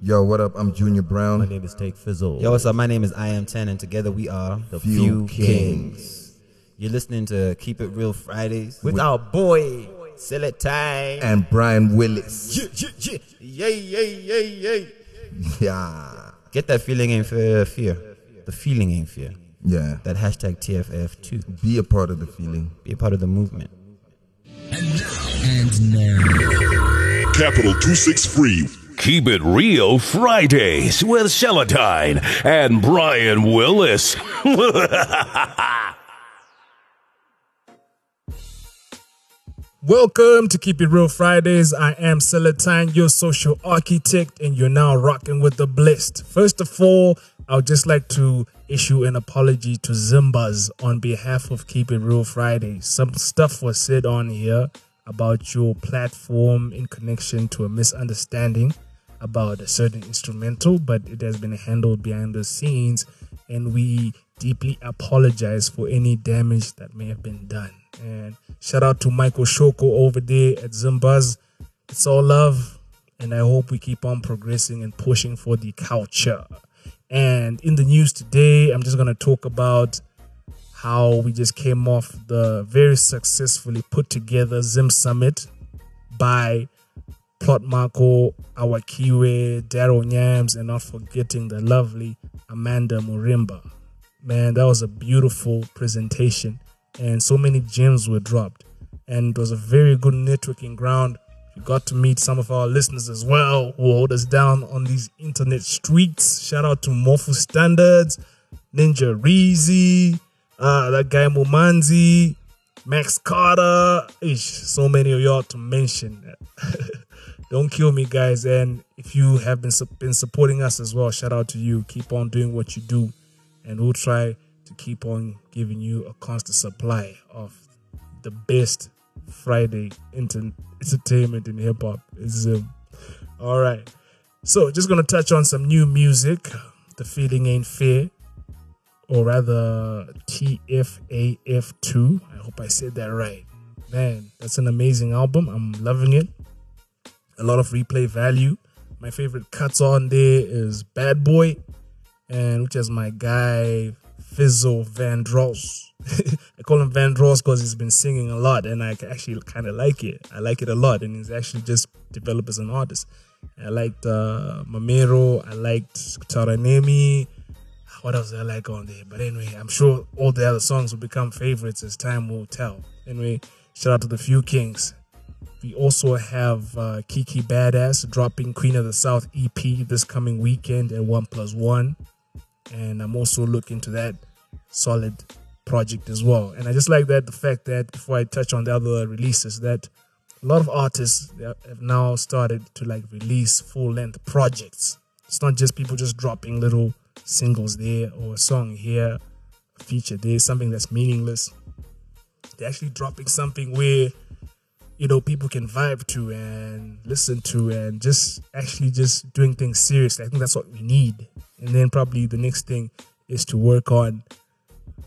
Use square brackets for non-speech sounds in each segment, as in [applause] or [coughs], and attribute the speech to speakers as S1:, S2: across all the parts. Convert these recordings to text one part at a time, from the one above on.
S1: Yo, what up? I'm Junior
S2: My
S1: Brown.
S2: name is Take Fizzle.
S3: Yo, what's up? My name is I Am Ten, and together we are
S2: The Few
S3: Few
S2: Kings.
S3: You're listening to Keep It Real Fridays
S2: With our boy, Silly Time.
S1: And Brian Willis. [laughs]
S2: Yeah, yeah, yeah. Yay, yay, yay, yay.
S1: Yeah.
S3: Get that feeling ain't fear, fear. The feeling ain't fear.
S1: Yeah.
S3: That hashtag TFF2.
S1: Be a part of the feeling.
S3: Be a part of the movement.
S4: Capital 263. Keep it real Fridays with Celadine and Brian Willis. [laughs]
S5: Welcome to Keep It Real Fridays. I am Celatine, your social architect, and you're now rocking with the Blessed. First of all, I would just like to issue an apology to Zimbas on behalf of Keep It Real Friday. Some stuff was said on here about your platform in connection to a misunderstanding about a certain instrumental, but it has been handled behind the scenes, and we deeply apologize for any damage that may have been done. And shout out to Michael Shoko over there at Zimbaz. It's all love, and I hope we keep on progressing and pushing for the culture. And in the news today, I'm just gonna talk about how we just came off the very successfully put together Zim Summit by Plot Marco, Awakiwe, Daryl Nyams, and not forgetting the lovely Amanda Murimba. Man, that was a beautiful presentation, and so many gems were dropped. And it was a very good networking ground. We got to meet some of our listeners as well who hold us down on these internet streets. Shout out to Morpho Standards, Ninja Reezy, uh, that guy Mumanzi, Max Carter, ish, so many of y'all to mention. [laughs] Don't kill me, guys. And if you have been su- been supporting us as well, shout out to you. Keep on doing what you do, and we'll try to keep on giving you a constant supply of the best Friday inter- entertainment in hip hop. Is um, all right. So just gonna touch on some new music. The feeling ain't fair or rather TFAF2. I hope I said that right. Man, that's an amazing album. I'm loving it. A lot of replay value. My favorite cuts on there is Bad Boy, and which is my guy Fizzle Van Dross. [laughs] I call him Van Dross because he's been singing a lot, and I actually kind of like it. I like it a lot, and he's actually just developed as an artist. I liked uh, Mamero. I liked Taranemi what else did I like on there? But anyway, I'm sure all the other songs will become favorites as time will tell. Anyway, shout out to the few kings. We also have uh, Kiki Badass dropping Queen of the South EP this coming weekend at One Plus One, and I'm also looking to that solid project as well. And I just like that the fact that before I touch on the other releases, that a lot of artists they have now started to like release full length projects. It's not just people just dropping little singles there or a song here, a feature there, something that's meaningless. They're actually dropping something where you know people can vibe to and listen to and just actually just doing things seriously. I think that's what we need. And then probably the next thing is to work on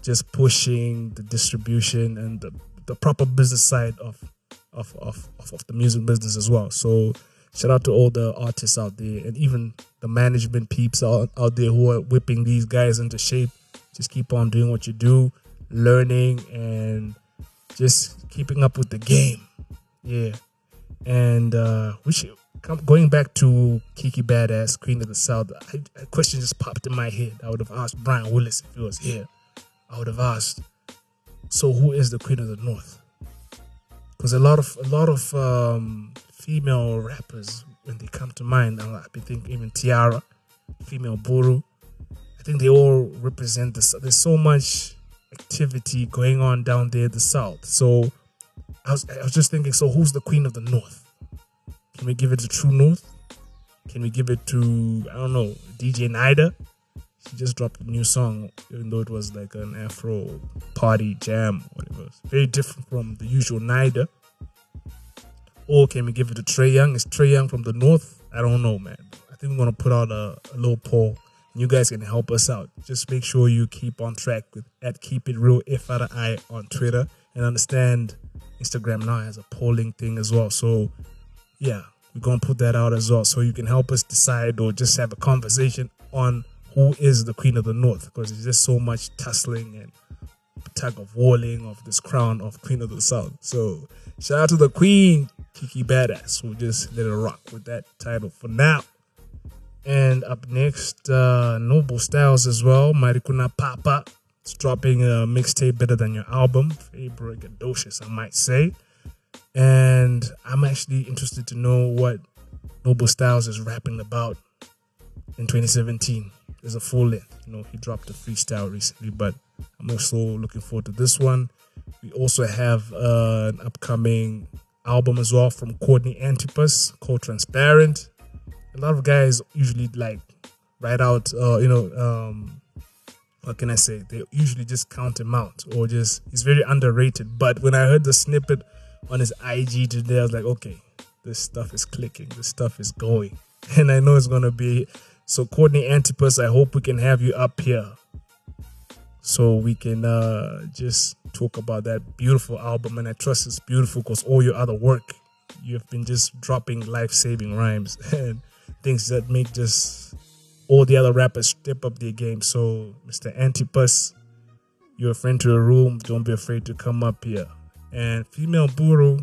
S5: just pushing the distribution and the, the proper business side of of, of of of the music business as well. So shout out to all the artists out there and even the management peeps out, out there who are whipping these guys into shape. Just keep on doing what you do, learning and just keeping up with the game. Yeah. And uh we should come going back to Kiki Badass, Queen of the South, I, a question just popped in my head. I would have asked Brian Willis if he was here. I would have asked, so who is the queen of the north? Because a lot of a lot of um, female rappers, when they come to mind, I'm like, I think even Tiara, female Buru, I think they all represent this. There's so much activity going on down there, in the south. So I was I was just thinking, so who's the queen of the north? Can we give it to True North? Can we give it to I don't know DJ Nida? she just dropped a new song, even though it was like an Afro party jam, whatever. It's very different from the usual Nida. Or can we give it to Trey Young? Is Trey Young from the North? I don't know, man. I think we're gonna put out a, a little poll, and you guys can help us out. Just make sure you keep on track with at Keep It Real If Out of I on Twitter, and understand Instagram now has a polling thing as well. So yeah, We're gonna put that out as well, so you can help us decide or just have a conversation on who is the Queen of the North, because there's just so much tussling and tug of warling of this crown of Queen of the South. So shout out to the Queen, Kiki Badass. We'll just let her rock with that title for now. And up next, uh, Noble Styles as well, Marikuna Papa. It's dropping a mixtape better than your album. Favorite Gadocious, I might say. And I'm actually interested to know what Noble Styles is rapping about in 2017. There's a full length. You know, he dropped a freestyle recently, but I'm also looking forward to this one. We also have uh, an upcoming album as well from Courtney Antipas called Transparent. A lot of guys usually like write out, uh, you know, um, what can I say? They usually just count him out or just, he's very underrated. But when I heard the snippet on his IG today, I was like, okay, this stuff is clicking, this stuff is going. [laughs] And I know it's going to be. So, Courtney Antipas, I hope we can have you up here so we can uh, just talk about that beautiful album. And I trust it's beautiful because all your other work, you have been just dropping life saving rhymes [laughs] and things that make just all the other rappers step up their game. So, Mr. Antipas, you're a friend to the room. Don't be afraid to come up here. And female Buru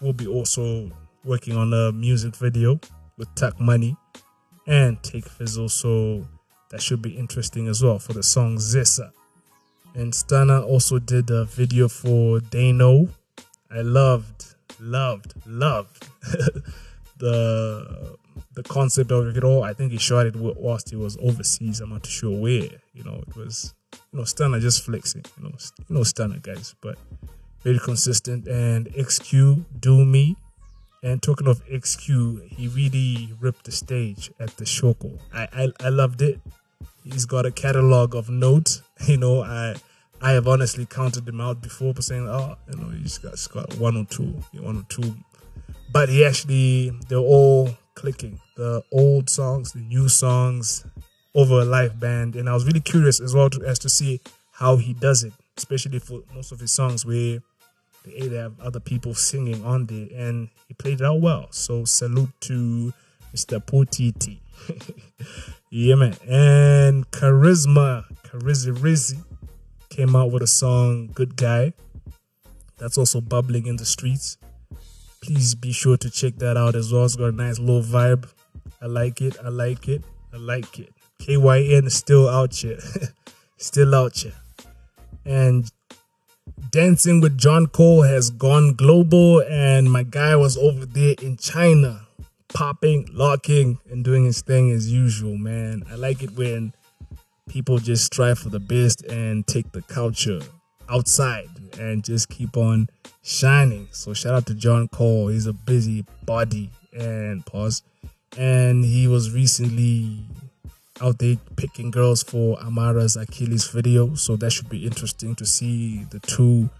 S5: will be also working on a music video with Tuck Money and Take Fizzle. So that should be interesting as well for the song Zessa. And Stana also did a video for Dano. I loved, loved, loved [laughs] the the concept of it all. I think he shot it whilst he was overseas. I'm not sure where. You know, it was you know Stana just flexing. You know, you know Stana guys, but very consistent. And XQ do me. And talking of XQ, he really ripped the stage at the Shoko. I I, I loved it. He's got a catalog of notes. [laughs] You know, I I have honestly counted them out before, but saying, oh, you know, he's got, he's got one or two, one or two. But he actually, they're all clicking. The old songs, the new songs, over a live band. And I was really curious as well to, as to see how he does it, especially for most of his songs where they either have other people singing on there, and he played it out well. So salute to Mr. Potiti. yeah, man. And Charisma, Charizzy Rizzy, came out with a song, Good Guy. That's also bubbling in the streets. Please be sure to check that out as well. It's got a nice little vibe. I like it. I like it. I like it. KYN is still out here. [laughs] still out here. And Dancing with John Cole has gone global, and my guy was over there in China, popping, locking, and doing his thing as usual, man. I like it when people just strive for the best and take the culture outside and just keep on shining. So, shout out to John Cole. He's a busy body and pause. And he was recently out there picking girls for Amara's Achilles video, so that should be interesting to see the two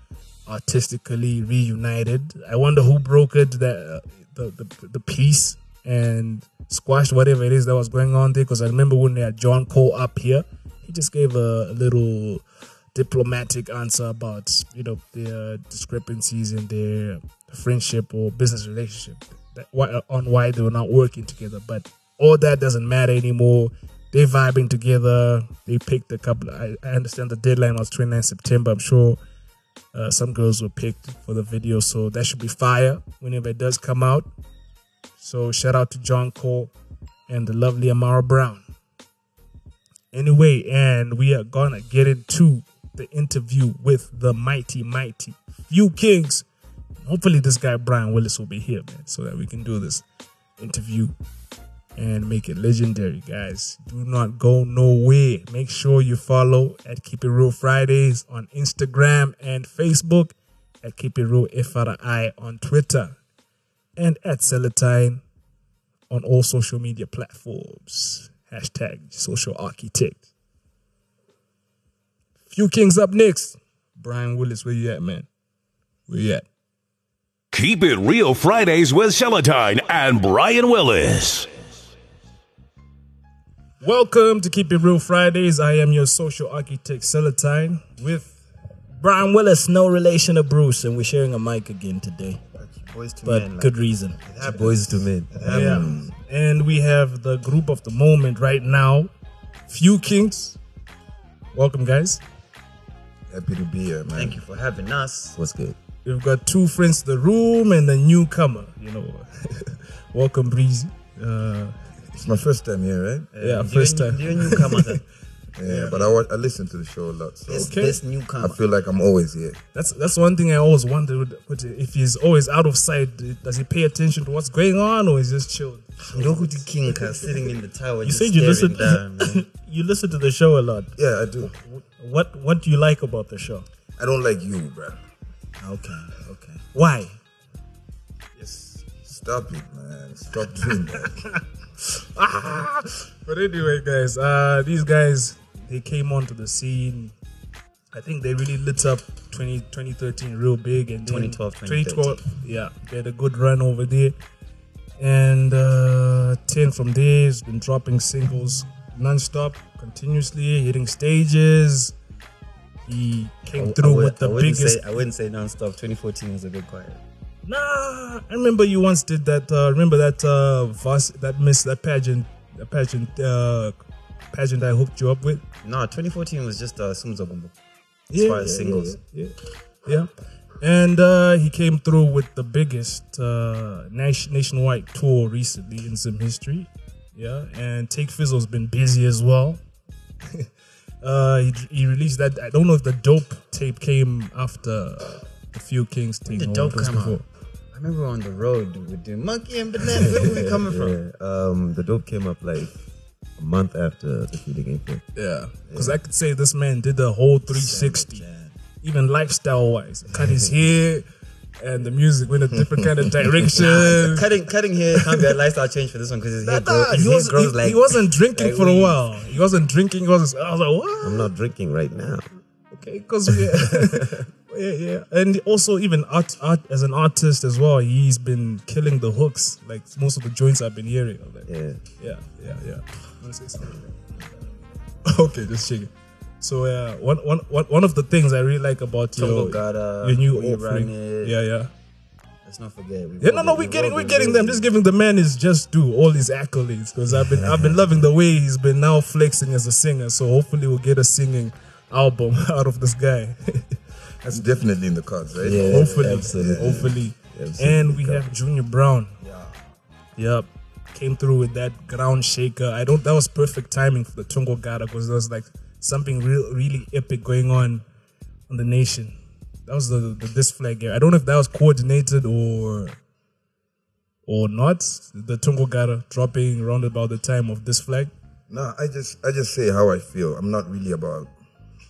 S5: artistically reunited. I wonder who brokered that uh, the, the the piece and squashed whatever it is that was going on there. Because I remember when they had John Cole up here, he just gave a, little diplomatic answer about you know their discrepancies in their friendship or business relationship that, why- on why they were not working together, but. All that doesn't matter anymore they're vibing together. They picked a couple. I, I understand the deadline was 29 September. I'm sure uh, some girls were picked for the video, so that should be fire whenever it does come out. So shout out to John Cole and the lovely Amara Brown. Anyway, and we are gonna get into the interview with the mighty, mighty few kings. Hopefully, this guy Brian Willis will be here, man, so that we can do this interview and make it legendary, guys. Do not go nowhere. Make sure you follow at Keep It Real Fridays on Instagram and Facebook, at Keep It Real FRI on Twitter, and at Celatine on all social media platforms. Hashtag social architect. Few Kings up next. Brian Willis, where you at, man? Where you at?
S4: Keep It Real Fridays with Celatine and Brian Willis.
S5: Welcome to Keep It Real Fridays. I am your social architect, Celatine, with
S6: Brian Willis, no relation to Bruce, and we're sharing a mic again today. Boys to
S5: but
S6: men. like,
S5: good reason.
S6: that
S3: Boys to men.
S5: Yeah. And we have the group of the moment right now. Few Kings. Welcome, guys.
S1: Happy to be here, man.
S6: Thank you for having us.
S1: What's good?
S5: We've got two friends to the room and a newcomer, you know. [laughs] Welcome, Breezy. Uh,
S1: It's my first time here, right?
S6: Uh,
S5: Yeah,
S6: do
S5: first
S6: you,
S5: time.
S6: Do you newcomer?
S3: [laughs]
S6: that-
S1: Yeah, but I, wa- I listen to the show a lot, so
S6: this,
S5: Okay.
S6: this
S1: I
S6: newcomer.
S1: feel like I'm always here.
S5: that's that's one thing I always wondered. but If he's always out of sight, does he pay attention to what's going on or is he just chilled?
S6: Ndokuti Kinka sitting in the tower.
S7: You said you listen. [laughs]
S6: Down,
S5: [laughs]
S6: man.
S7: you listen to the show a lot.
S1: Yeah, I do.
S7: What What do you like about the show?
S1: I don't like you, bro.
S7: Okay, okay. Why?
S1: Stop it, man.
S3: [laughs]
S1: Stop doing that.
S5: [laughs] But anyway, guys, uh, these guys they came onto the scene. I think they really lit up 20, 2013 real big and then
S6: 2012,
S5: 2012, yeah, they had a good run over there. And uh, ten from there has been dropping singles non-stop, continuously hitting stages. He came through
S6: would-
S5: with the
S6: wouldn't
S5: biggest.
S6: Say, I wouldn't say non-stop. 2014 was a bit quiet.
S5: Nah, I remember you once did that. Uh, remember that uh, vas- that miss that pageant, that pageant, uh, pageant I hooked you up with.
S6: No, 2014 was just uh, Sumza Bumbo. As
S5: yeah,
S6: far as singles.
S5: Yeah, yeah. And uh, he came through with the biggest uh, nation- nationwide tour recently in some history. Yeah, and Take Fizzle's been busy as well. [laughs] uh, he, he released that. I don't know if the Dope tape came after the Few Kings tape.
S6: did
S5: or
S6: Dope
S5: it was
S6: come out? I remember we were on the road we were doing monkey and banana. Where were we coming
S5: [laughs]
S6: from?
S3: Um, the dope came up like a month after the feeling game. Fair.
S5: Yeah, because I could say this man did the whole 360, even lifestyle wise. [laughs] Cut his hair, and the music went a different kind [laughs] of direction.
S6: Cutting, cutting hair can't be a lifestyle change for this one because his hair, grow,
S5: Nah,
S6: his
S5: he,
S6: hair
S5: was,
S6: grows
S5: he,
S6: like.
S5: he wasn't drinking
S6: like
S5: for a
S6: weed.
S5: while. He wasn't drinking. He wasn't, I was like, what?
S3: I'm not drinking right now.
S5: Okay, because [laughs] yeah, yeah, yeah, and also even art, art as an artist as well, he's been killing the hooks. Like most of the joints I've been hearing. I'm like,
S3: Yeah.
S5: yeah, yeah, yeah. Wanna say something? [laughs] okay, just checking. So yeah, one, one, one, one of the things I really like about your
S6: Tongo Gada,
S5: your new
S6: We
S5: offering,
S6: Run It.
S5: yeah, yeah,
S6: Let's not forget. we
S5: yeah. No,
S6: rolled
S5: no,
S6: it-
S5: we're getting
S6: rolled
S5: we're
S6: it
S5: getting
S6: real
S5: them.
S6: big.
S5: Just giving the man his just due, all his accolades, because I've been
S6: [laughs]
S5: I've been loving the way he's been now flexing as a singer. So hopefully we'll get a singing album [laughs] out of this guy.
S1: That's definitely in the cards, right?
S5: hopefully,
S3: absolutely.
S5: hopefully.
S3: absolutely.
S5: And we have Junior Brown. Yep. Came through with that ground shaker. I don't. That was perfect timing for the Tongo Gada because there was like something real, really epic going on on the nation. That was the, the this flag era. I don't know if that was coordinated or or not. The Tongo Gada dropping around about the time of this flag.
S1: No, I just I just say how I feel. I'm not really about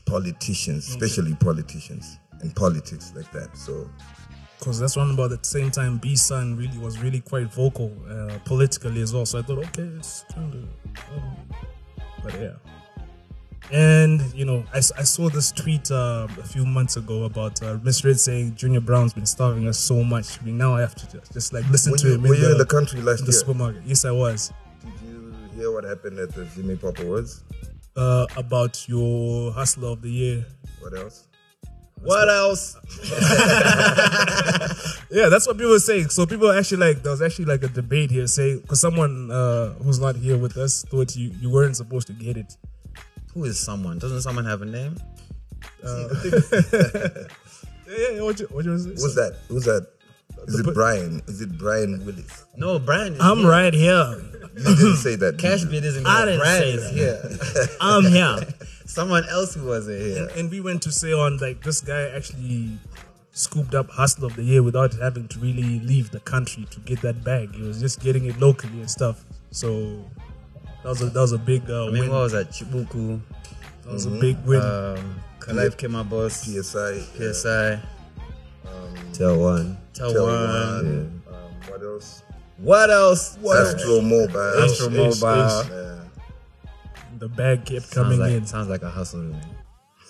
S1: politicians, especially politicians and politics like that. So
S5: because that's around about the same time B Sun really was really quite vocal uh, politically as well. So I thought, okay, it's kind of, um, but yeah. And you know, I, s- I saw this tweet uh, a few months ago about uh, Miss Red saying Junior Brown's been starving us so much. We now have to just, just like listen
S1: were
S5: to
S1: you,
S5: him
S1: were
S5: in
S1: you
S5: the,
S1: in the country last
S5: in the
S1: year?
S5: supermarket. Yes, I was.
S1: Did you hear what happened at the Jimmy Pop Awards?
S5: Uh, about your hustler of the year.
S1: What else?
S6: What else?
S5: Yeah, that's what people were saying. So people were actually like, there was actually like a debate here saying, because someone uh, who's not here with us thought you, you weren't supposed to get it.
S6: Who is someone? Doesn't someone have a name?
S5: Yeah, yeah, yeah, what you, what you was
S1: Uh, [laughs] Who's that? Who's that? Is it Brian? Is it Brian Willis?
S6: No, Brian. Is
S7: I'm
S6: here.
S7: right here.
S1: You didn't say that. did you?
S6: Cashbeard isn't
S7: I
S6: here.
S7: didn't
S6: Brian
S7: say
S6: is
S1: [laughs]
S7: that.
S6: here.
S7: I'm here.
S6: [laughs] someone else who wasn't here.
S5: And we went to say on like this guy actually scooped up hustler of the year without having to really leave the country to get that bag. He was just getting it locally and stuff. So that was a that was a big
S6: I
S5: uh, win.
S6: mean, what was that? Chibuku.
S5: that was a big win.
S6: Um, Kalife came out boss.
S5: [laughs]
S1: PSI. yeah.
S6: PSI.
S3: Tell one.
S6: Taiwan.
S3: Yeah.
S1: Um, what else?
S6: What else? What else?
S1: Astro Mobile.
S6: Astro
S5: Ish,
S6: Mobile.
S5: ish,
S1: Yeah.
S5: the bag kept
S6: Sounds
S5: coming
S6: like,
S5: in.
S6: sounds like a hustle to me.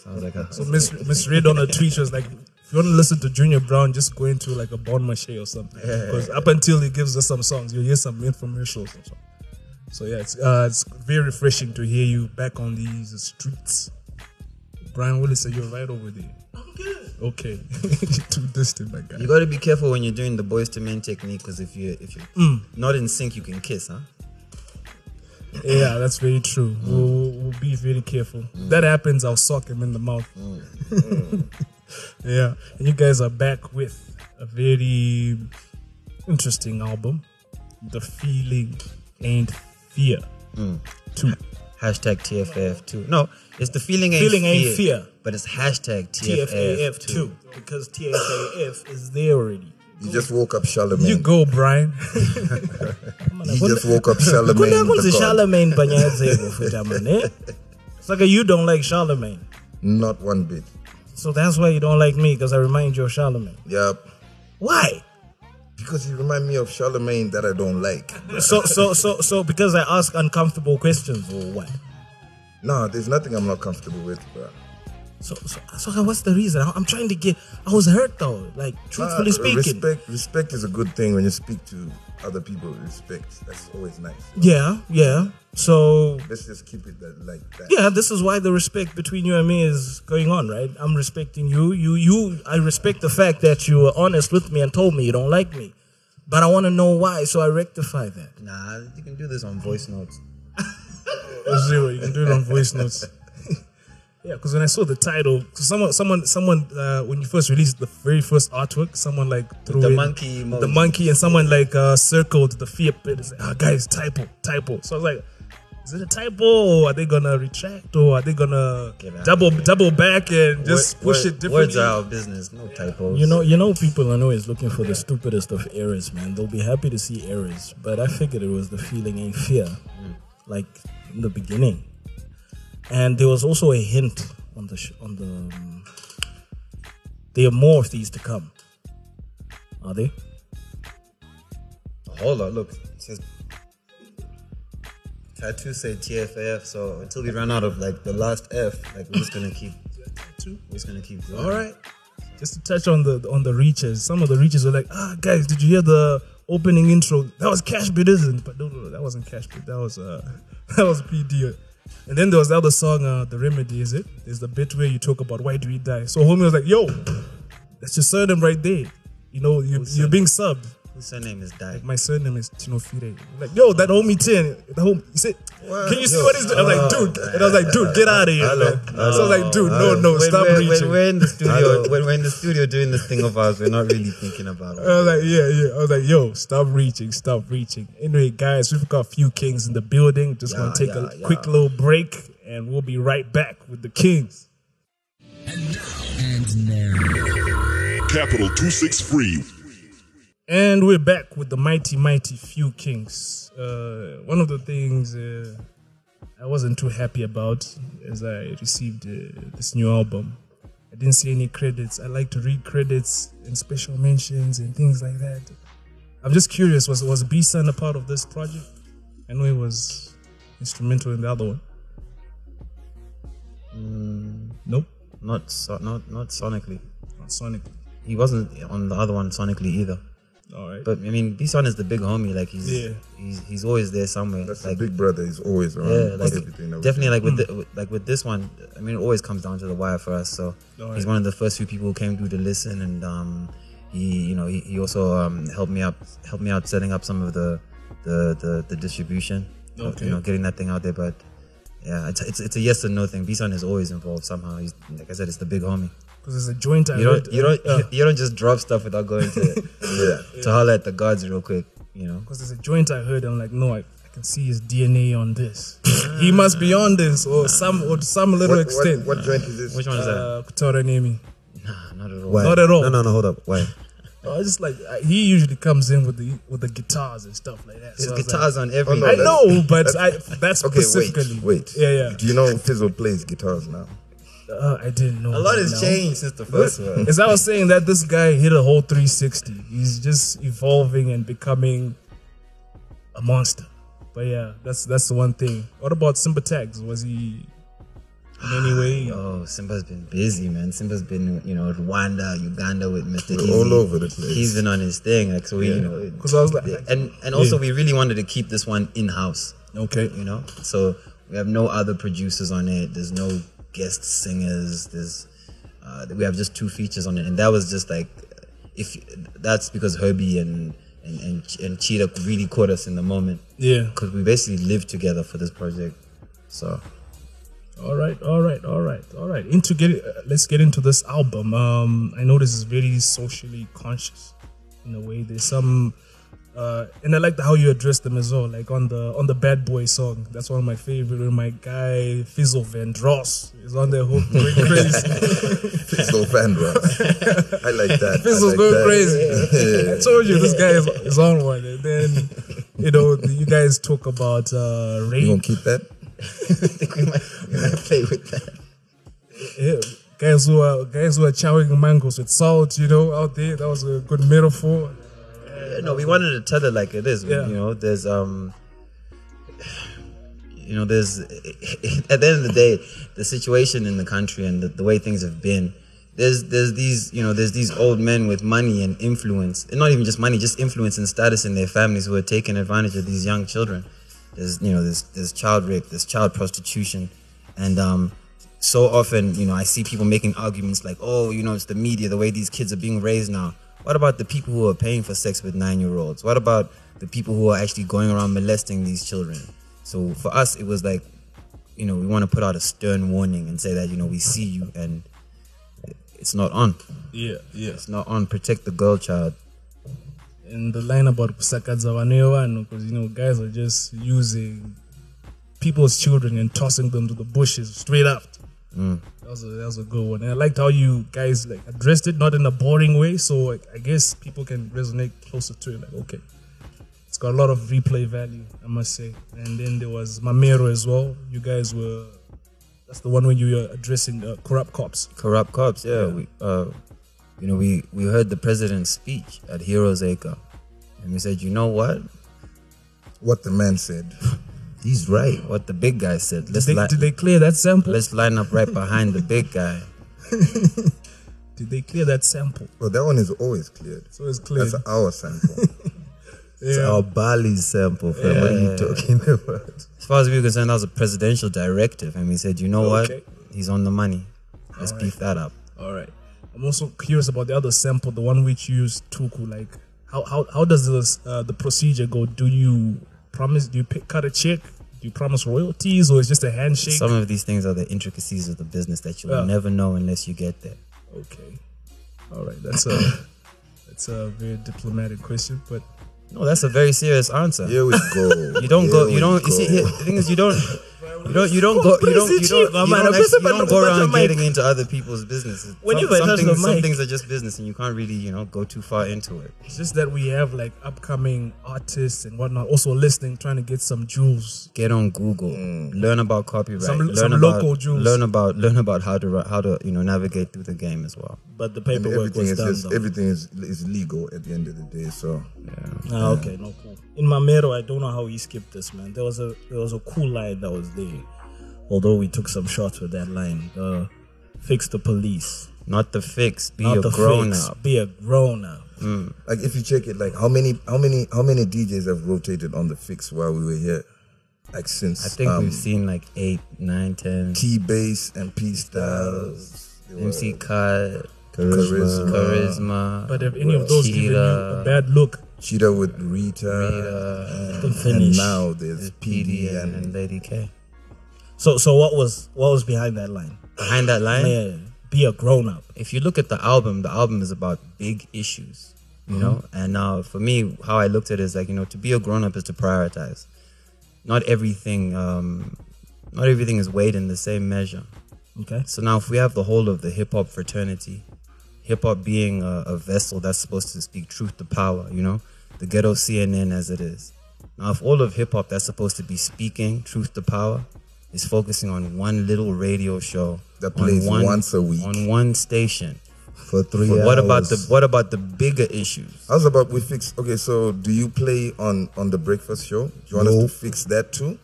S6: Sounds like a hustle.
S5: So Miss Miss Red on a tweet she was like, if you want to listen to Junior Brown, just go into like a Bon Marché or something. Because up until he gives us some songs, you'll hear some infomercials and so. So yeah, it's uh, it's very refreshing to hear you back on these streets. Brian Willis said you're right over there. I'm good. Okay. [laughs] You're too distant, my guy.
S6: You got to be careful when you're doing the boys to men technique because if you if you're not in sync, you can kiss, huh?
S5: Yeah, that's very true.
S1: Mm.
S5: We'll, we'll be very careful. If that happens, I'll sock him in the mouth.
S1: Mm.
S5: [laughs] yeah, and you guys are back with a very interesting album, "The Feeling Ain't Fear."
S1: Mm.
S5: Two.
S6: Hashtag TFF two. No, it's the feeling ain't
S7: Feeling ain't fear.
S6: but it's hashtag TFF
S7: TFAF
S6: two.
S7: too, because TFAF is there already.
S1: You just woke up
S5: You
S1: Charlemagne.
S5: go, Brian.
S1: You just woke up Charlemagne.
S7: Kuda
S1: the
S7: kunzi
S1: god.
S7: Charlemagne
S1: [laughs]
S7: banyatsebo futhi man, eh? It's like you don't like Charlemagne.
S1: Not one bit.
S7: So that's why you don't like me because I remind you of Charlemagne.
S1: Yep.
S7: Why?
S1: Because you remind me of Charlemagne that I don't like.
S7: So so so so because I ask uncomfortable questions or what?
S1: No, there's nothing I'm not comfortable with, bro.
S7: So so so what's the reason? I- I'm trying to get. I was hurt though. Like truthfully
S1: Uh,
S7: speaking.
S1: Respect, respect is a good thing when you speak to other people. with Respect, that's always nice.
S7: Yeah yeah. So
S1: Let's just keep it that, like that.
S7: yeah, this is why the respect between you and me is going on, right? I'm respecting you. You you. I respect the fact that you were honest with me and told me you don't like me, but I want to know why. So I rectify that.
S6: Nah, you can do this on voice notes.
S5: Zero. You can do it on voice
S6: [laughs]
S5: notes. yeah, because when I saw the title, 'cause someone, someone, someone, uh, when you first released the very first artwork, someone like threw
S6: the
S5: in
S6: monkey emoji.
S5: the monkey, and someone like uh, circled the fear bit. It's like, ah, guys, typo, typo. So I was like, is it a typo? Or are they gonna retract or are they gonna
S6: Get out
S5: double double back and just
S6: Wor-
S5: push
S6: wor-
S5: it differently?
S6: Words are our business, no typos.
S7: You know, you know, people are always looking for the stupidest of errors, man. They'll be happy to see errors, but I figured it was the feeling ain't fear, like in the beginning. And there was also a hint on the sh- on the. Um, there are more of these to come. Are they?
S6: Hold on, look. It says tattoo say TFF, so until we run out of like the last F, like we're just gonna keep
S5: Two.
S6: we're just gonna keep going.
S5: All right. Just to touch on the on the reaches, some of the reaches were like, ah, guys, did you hear the opening intro? That was Cash Bid, isn't? it?" But no, no, no, that wasn't Cash Bid. That was uh, [laughs] that was PD. And then there was the other song, uh, The Remedy, is it? There's the bit where you talk about why do we die. So homie was like, yo, that's your surname right there. You know, you, you're being subbed.
S6: His surname is Dyke.
S5: My surname is Tino Fire. Like, yo, that homie 10. The home, he said, can you see what he's doing? I'm like, dude. And I was like, dude, get out of here. man. [laughs] So I was like, dude, no, no,
S6: when,
S5: stop
S6: we're,
S5: reaching.
S6: When we're in the studio, [laughs] when we're in the studio doing this thing of ours, we're not really thinking about
S5: I was
S6: it.
S5: like, yeah, yeah. I was like, yo, stop reaching, stop reaching. Anyway, guys, we've got a few kings in the building. Just gonna take a
S6: yeah,
S5: quick
S6: yeah.
S5: little break, and we'll be right back with the kings.
S8: Capital 263.
S5: And we're back with the mighty, mighty few kings. Uh, one of the things uh, I wasn't too happy about as I received uh, this new album. I didn't see any credits. I like to read credits and special mentions and things like that. I'm just curious was was B Sun a part of this project? I know he was instrumental in the other one. Mm, Nope,
S6: Not so, not not sonically.
S5: not Sonic.
S6: He wasn't on the other one sonically either.
S5: All right.
S6: But I mean, Bison is the big homie. Like he's
S5: Yeah.
S6: he's, he's always there somewhere.
S1: That's
S6: like
S1: the big brother is always around.
S5: Mm.
S6: Yeah, like
S1: everything that we
S6: definitely like with the, like with this one. I mean, it always comes down to the wire for us. So
S5: Alright.
S6: he's one of the first few people who came through to listen, and um, he you know he, he also um, helped me up helped me out setting up some of the the the, the distribution. of,
S5: Okay.
S6: you know, getting that thing out there, but. Yeah, it's, it's, it's a yes or no thing. Bison is always involved somehow. He's, like I said, it's the big homie.
S5: Because it's a joint. I
S6: You don't
S5: read,
S6: you don't
S5: uh,
S6: [laughs] you don't just drop stuff without going
S5: [laughs]
S6: to to holler at the gods real quick. You know.
S5: because there's a joint I heard. I'm like, no, I, I can see his DNA on this. [laughs] he must be on this, or some, or some little
S1: What,
S5: extent.
S1: what, what joint is this?
S6: Which one is that?
S5: uh, Kutoranemi.
S6: Nah, not at all.
S5: Uh, Not at all.
S3: No, no, no. Hold up. Why?
S5: I was just like I, he usually comes in with the with the guitars and stuff like that.
S6: His
S5: So I was
S6: guitars on every.
S1: no,
S5: like- I
S1: that's-
S5: know, but I that's
S1: Okay,
S5: specifically.
S1: wait, wait.
S5: Yeah, yeah.
S1: Do you know Fizzle plays guitars now?
S5: Uh, I didn't know.
S6: A lot
S5: that
S6: has
S5: now.
S6: changed since the first one.
S5: As I was saying, that this guy hit a whole 360. He's just evolving and becoming a monster. But yeah, that's that's the one thing. What about Simba Tags? Was he in any way?
S6: [laughs] [sighs] Oh, Simba's been busy, man. Simba's been, you know, Rwanda, Uganda with Mr.
S1: We're
S6: Easy.
S1: all over the place.
S6: He's been on his thing, like so. We, you know, it-
S5: 'Cause I was like-
S6: and and also we really wanted to keep this one in house.
S5: Okay.
S6: you know, so we have no other producers on it. There's no guest singers. There's Uh, we have just two features on it, and that was just like, if that's because Herbie and and and, and Cheetah really caught us in the moment
S5: Yeah.
S6: because we basically lived together for this project. So
S5: All right, all right, all right, all right. Into get uh, let's get into this album. Um, I know this is very socially conscious in a way. There's some, uh, and I like how you address them as well. Like on the on the Bad Boy song, that's one of my favorite. When my guy Fizzle Van Dross is on the hook, going crazy.
S1: Fizzle Van Ross. I like that. I
S5: Fizzle's
S1: like
S5: going
S1: that.
S5: crazy. I told you this guy is, is on one. And then you know you guys talk about uh,
S1: You
S5: rape.
S1: gonna keep that?
S6: I think [laughs] we might, we might play with that.
S5: Yeah, Eh, guys who are guys who are chowing mangoes with salt, you know, out there. That was a good metaphor.
S6: Yeah, [laughs] no, we wanted to tell it like it is.
S5: Yeah.
S6: You know, there's um, you know, there's [laughs] at the end of the day, the situation in the country and the, the way things have been. There's there's these you know there's these old men with money and influence, and not even just money, just influence and status in their families who are taking advantage of these young children. There's you know there's there's child rape, there's child prostitution, and um, so often, you know, I see people making arguments like, oh, you know, it's the media, the way these kids are being raised now. What about the people who are paying for sex with nine year olds? What about the people who are actually going around molesting these children? So for us, it was like, you know, we want to put out a stern warning and say that, you know, we see you and it's not on.
S5: Yeah, yeah.
S6: It's not on. Protect the girl child.
S5: And the line about kusakadza because you know guys are just using people's children and tossing them to the bushes straight up. That was a that was a good one, and I liked how you guys like addressed it, not in a boring way. So I, I guess people can resonate closer to it. Like, okay, it's got a lot of replay value, I must say. And then there was Mamero as well. You guys were that's the one when you were addressing uh, corrupt cops.
S6: Corrupt cops, yeah. We, uh, you know, we, we heard the president's speech at Heroes Acre. And we said, you know what?
S1: What the man said.
S6: He's right. What the big guy said. Let's
S5: Did they,
S6: li-
S5: did they clear that sample?
S6: let's line up right behind the big guy.
S5: Did they clear that sample?
S1: Well, that one is always cleared.
S5: So it's clear.
S1: That's our sample.
S6: It's our Bali sample, fam. What are you talking [laughs] about? As far as we were concerned, that was a presidential directive, and we said, you know
S5: Okay.
S6: what? He's on the money. Let's beef that up.
S5: All right. I'm also curious about the other sample, the one which you used Tuku. Like, how how, how does this uh, the procedure go? Do you promise? Do you pick, cut a check? Do you promise royalties, or is just a handshake?
S6: Some of these things are the intricacies of the business that you will
S5: Yeah.
S6: never know unless you get there.
S5: okay. All right. That's a [coughs] that's a very diplomatic question, but
S6: No, that's a very serious answer.
S1: Here we go.
S6: You don't
S1: Here
S6: go. You
S1: we
S6: don't. You see, here,
S1: go.
S6: the thing is, you don't. You don't. You don't go. You don't. You don't. You don't, actually- you don't go around getting into other people's businesses.
S5: When
S6: some,
S5: you touch
S6: some,
S5: the
S6: things, some
S5: mic.
S6: things are just business, and you can't really, you know, go too far into it.
S5: it's just that we have like upcoming artists and whatnot also listening, trying to get some jewels.
S6: Get on Google.
S1: Mm.
S6: Learn about copyright.
S5: Some-
S6: learn
S5: some
S6: about,
S5: local jewels.
S6: Learn about learn about how to ri- how to you know navigate through the game as well.
S7: But the
S1: And
S7: paperwork
S1: everything is
S7: was done
S1: just,
S7: though.
S1: everything is is legal at the end of the day. So
S7: Ah, okay, no cool. In Mamero, I don't know how he skipped this, man. There was a there was a cool line that was there. Although we took some shots with that line. Uh, fix the police.
S6: Not the fix. Be
S7: Not
S6: a
S7: the
S6: grown
S7: fix.
S6: up.
S7: Be a grown up.
S1: like if you check it, like how many how many how many DJs have rotated on the fix while we were here? Like since
S6: I think
S1: um,
S6: we've seen like eight, nine, ten.
S1: T Bass and P Styles. They were-
S6: MC Cut.
S1: Charisma.
S6: Charisma.
S5: But have any of those given you a
S6: Cheetah.
S5: bad look?
S1: Cheetah with Rita,
S6: Rita.
S1: and, and now there's PD and,
S6: and Lady K.
S7: So so what was what was behind that line?
S6: Behind that line,
S7: Yeah, be a grown up.
S6: if you look at the album, the album is about big issues,
S1: Mm-hmm.
S6: you know. And uh, for me, how I looked at it is like you know, to be a grown up is to prioritize. Not everything, um, not everything is weighed in the same measure.
S7: Okay.
S6: So now, if we have the whole of the hip hop fraternity, hip hop being a, a vessel that's supposed to speak truth to power, you know, the ghetto CNN as it is. Now, if all of hip hop that's supposed to be speaking truth to power is focusing on one little radio show
S1: That
S6: on
S1: plays once a week.
S6: on one station,
S1: for three
S6: but
S1: hours.
S6: what about the what about the bigger issues?
S1: How's about we fix? Okay, so do you play on on the breakfast show? Do you want us to fix that too?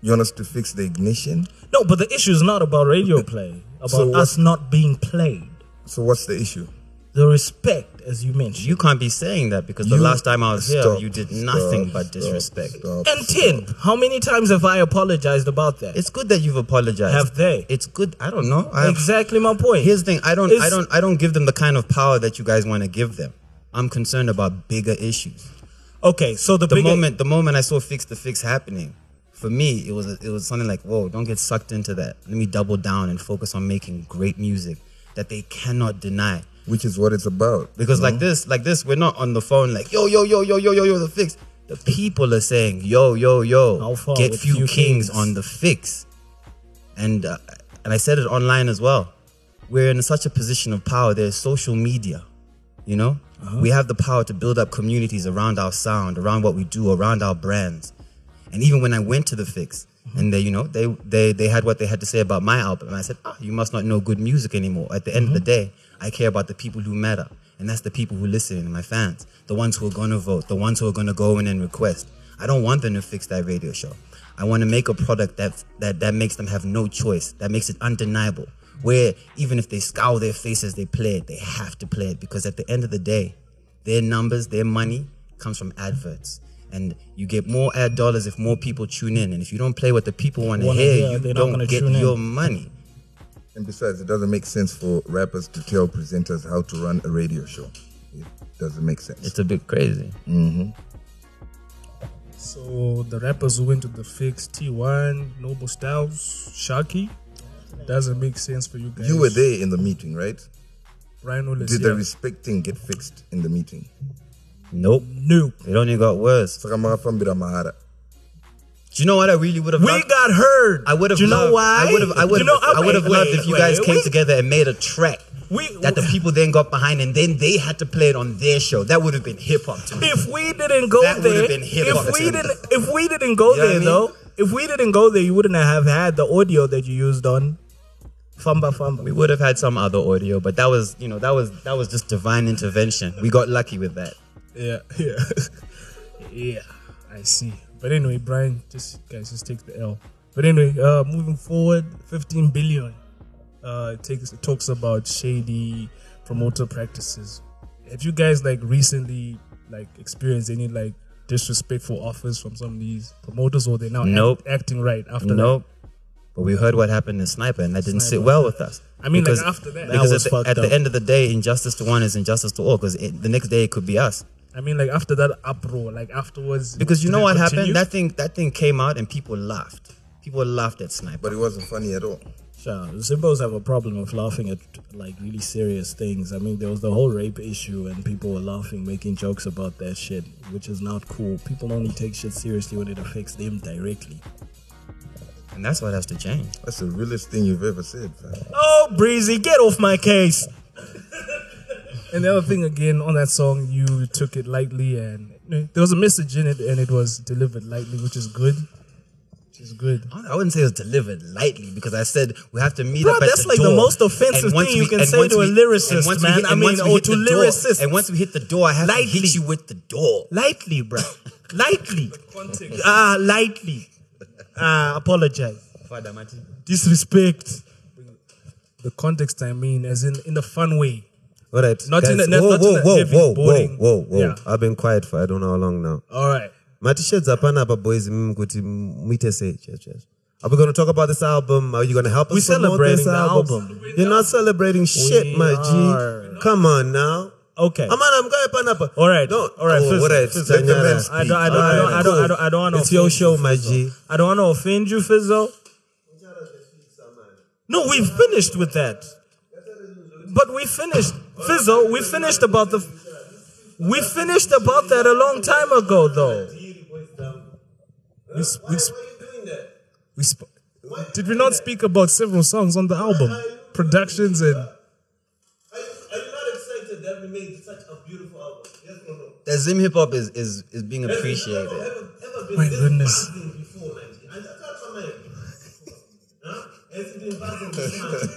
S1: You want us to fix the ignition?
S7: No, but the issue is not about radio play. About
S1: So what-
S7: us not being played.
S1: So what's the issue?
S7: The respect as you mentioned.
S6: You can't be saying that because the
S1: You-
S6: last time I was here,
S1: Stop,
S6: you did
S1: stop,
S6: nothing but
S1: stop,
S6: disrespect.
S1: stop,
S7: and
S1: stop.
S7: Tim, how many times have I apologized about that?
S6: It's good that you've apologized.
S7: Have they?
S6: It's good. I don't know. I
S7: exactly my point.
S6: Here's the thing. I don't. I
S7: It's-
S6: don't. I don't give them the kind of power that you guys want to give them. I'm concerned about bigger issues.
S7: okay, so the,
S6: The
S7: bigger-
S6: moment. The moment I saw fix the fix happening, for me, it was. It was something like, whoa! Don't get sucked into that. Let me double down and focus on making great music that they cannot deny.
S1: Which is what it's about.
S6: Because
S7: Mm-hmm.
S6: like this, like this, we're not on the phone like yo yo yo yo yo yo yo the fix. The people are saying yo yo yo
S7: How far
S6: get
S7: with
S6: few
S7: few
S6: kings,
S7: kings?
S6: on the fix, and uh, and I said it online as well. We're in such a position of power. There's social media, you know.
S7: Uh-huh.
S6: We have the power to build up communities around our sound, around what we do, around our brands. And even when I went to the fix, and they, you know, they they they had what they had to say about my album, and I said, ah, you must not know good music anymore. At the end of the day, I care about the people who matter, and that's the people who listen, and my fans, the ones who are gonna vote, the ones who are gonna go in and request. I don't want them to fix that radio show. I want to make a product that that that makes them have no choice, that makes it undeniable. Where even if they scowl their faces, they play it. They have to play it because at the end of the day, their numbers, their money comes from adverts. And you get more ad dollars if more people tune in. And if you don't play what the people want to
S7: Wanna
S6: hear,
S7: hear,
S6: you
S7: they're not
S6: don't
S7: gonna
S6: get
S7: tune in.
S6: your money.
S1: And besides, it doesn't make sense for rappers to tell presenters how to run a radio show. It doesn't make sense.
S6: It's a bit crazy.
S5: So the rappers who went to the fix T1, Noble Styles, Sharky, doesn't make sense for you guys.
S1: you were there in the meeting, right?
S5: Rhino
S1: Did
S5: Lesser.
S1: the respect thing get fixed in the meeting?
S6: Nope.
S7: nope.
S6: It only got worse.
S1: Sakamarafambira Mahara.
S6: Do you know what I really would have
S7: We
S6: loved?
S7: got heard.
S6: I would have
S7: Do you know
S6: loved,
S7: why?
S6: I would have I
S7: Do
S6: would
S7: you know-
S6: I would have
S7: wait,
S6: loved
S7: wait,
S6: if you
S7: wait,
S6: guys came
S7: wait.
S6: together and made a track
S7: We-
S6: that the people then got behind and then they had to play it on their show. That would have been hip hop to me.
S7: If we didn't go
S6: That would've
S7: there,
S6: been hip hop
S7: if we
S6: to me.
S7: didn't, if we didn't go
S6: You know what I
S7: there
S6: mean?
S7: though, if we didn't go there, you wouldn't have had the audio that you used on Famba Famba.
S6: We would have had some other audio, but that was you know that was that was just divine intervention. We got lucky with that.
S5: Yeah, [laughs] yeah, yeah. I see. But anyway, Brian, just guys, just take the L. But anyway, uh, moving forward, fifteen billion. Uh, it takes it talks about shady promoter practices. Have you guys like recently like experienced any like disrespectful offers from some of these promoters, or they're now act-
S6: Nope.
S5: acting right after that?
S6: Nope. But we heard what happened to Sniper, and that didn't sit well with us.
S5: I mean, like, after that- That
S6: because
S7: was
S6: at, the,
S7: fucked
S6: at the
S7: up.
S6: end of the day, injustice to one is injustice to all. Because the next day it could be us.
S5: I mean, like after that uproar, like afterwards.
S6: Because you
S5: did
S6: know
S5: it
S6: what
S5: continue?
S6: happened? That thing that thing came out, and people laughed. People laughed at Sniper.
S1: But it wasn't funny at all.
S7: Sure. uh, Zimbos have a problem of laughing at like really serious things. I mean, there was the whole rape issue, and people were laughing, making jokes about that shit, which is not cool. People only take shit seriously when it affects them directly.
S6: And that's what has to change.
S1: That's the realest thing you've ever said. fam.
S7: Oh, Breezy, get off my case. [laughs]
S5: And the other thing again on that song, you took it lightly, and
S7: eh,
S5: there was a message in it, and it was delivered lightly, which is good. Which is good.
S6: I I wouldn't say it was delivered lightly because I said we have to meet
S7: Bro,
S6: up at
S7: that's
S6: the
S7: like the
S6: door.
S7: most offensive
S6: And once
S7: thing you can
S6: and
S7: say
S6: once
S7: to a
S6: we-
S7: lyricist,
S6: and once we
S7: man.
S6: hit-
S7: I
S6: and
S7: mean,
S6: once we
S7: or
S6: hit
S7: to
S6: the door-
S7: lyricists.
S6: And once we hit the door, I have to
S7: Lightly.
S6: hit you with the door.
S7: Lightly, bro. Lightly. Ah, lightly. Ah, apologize.
S6: Father Martin.
S7: Disrespect.
S5: The context, I mean, as in in a fun way.
S3: All right.
S5: Not in
S3: guys,
S5: the-
S3: whoa,
S5: not in
S3: whoa,
S5: the
S3: whoa,
S5: heavy
S3: whoa,
S5: boarding.
S3: whoa, whoa, whoa.
S5: Yeah.
S3: I've been quiet for I don't know how long now.
S5: All right.
S3: Matished's apana apa boys mm, mkuti mwite say yes, yes. Are we going to talk about this album? Are you going to help us
S7: We're
S3: promote
S7: celebrating
S3: this
S7: the
S3: album?
S7: album.
S3: You're not celebrating shit, my
S7: are.
S3: G. Come on now.
S7: Okay.
S3: Amana, I'm going to up.
S7: All right.
S3: No.
S7: All right,
S3: Oh,
S7: first-
S3: all right.
S7: first-
S3: Let the man
S1: I
S7: I
S3: speak.
S7: don't, I don't, I don't, I don't, I don't, I don't want to.
S3: It's your show, my G.
S7: I don't want to offend you, Fizzle. No, we've finished with that. But we finished, Fizzle. We finished about the. We finished about that a long time ago, though.
S5: We, s- we, s- we sp- did we not speak about several songs on the album, productions, and
S6: that Zim hip hop is, is is being appreciated.
S5: my goodness, [laughs]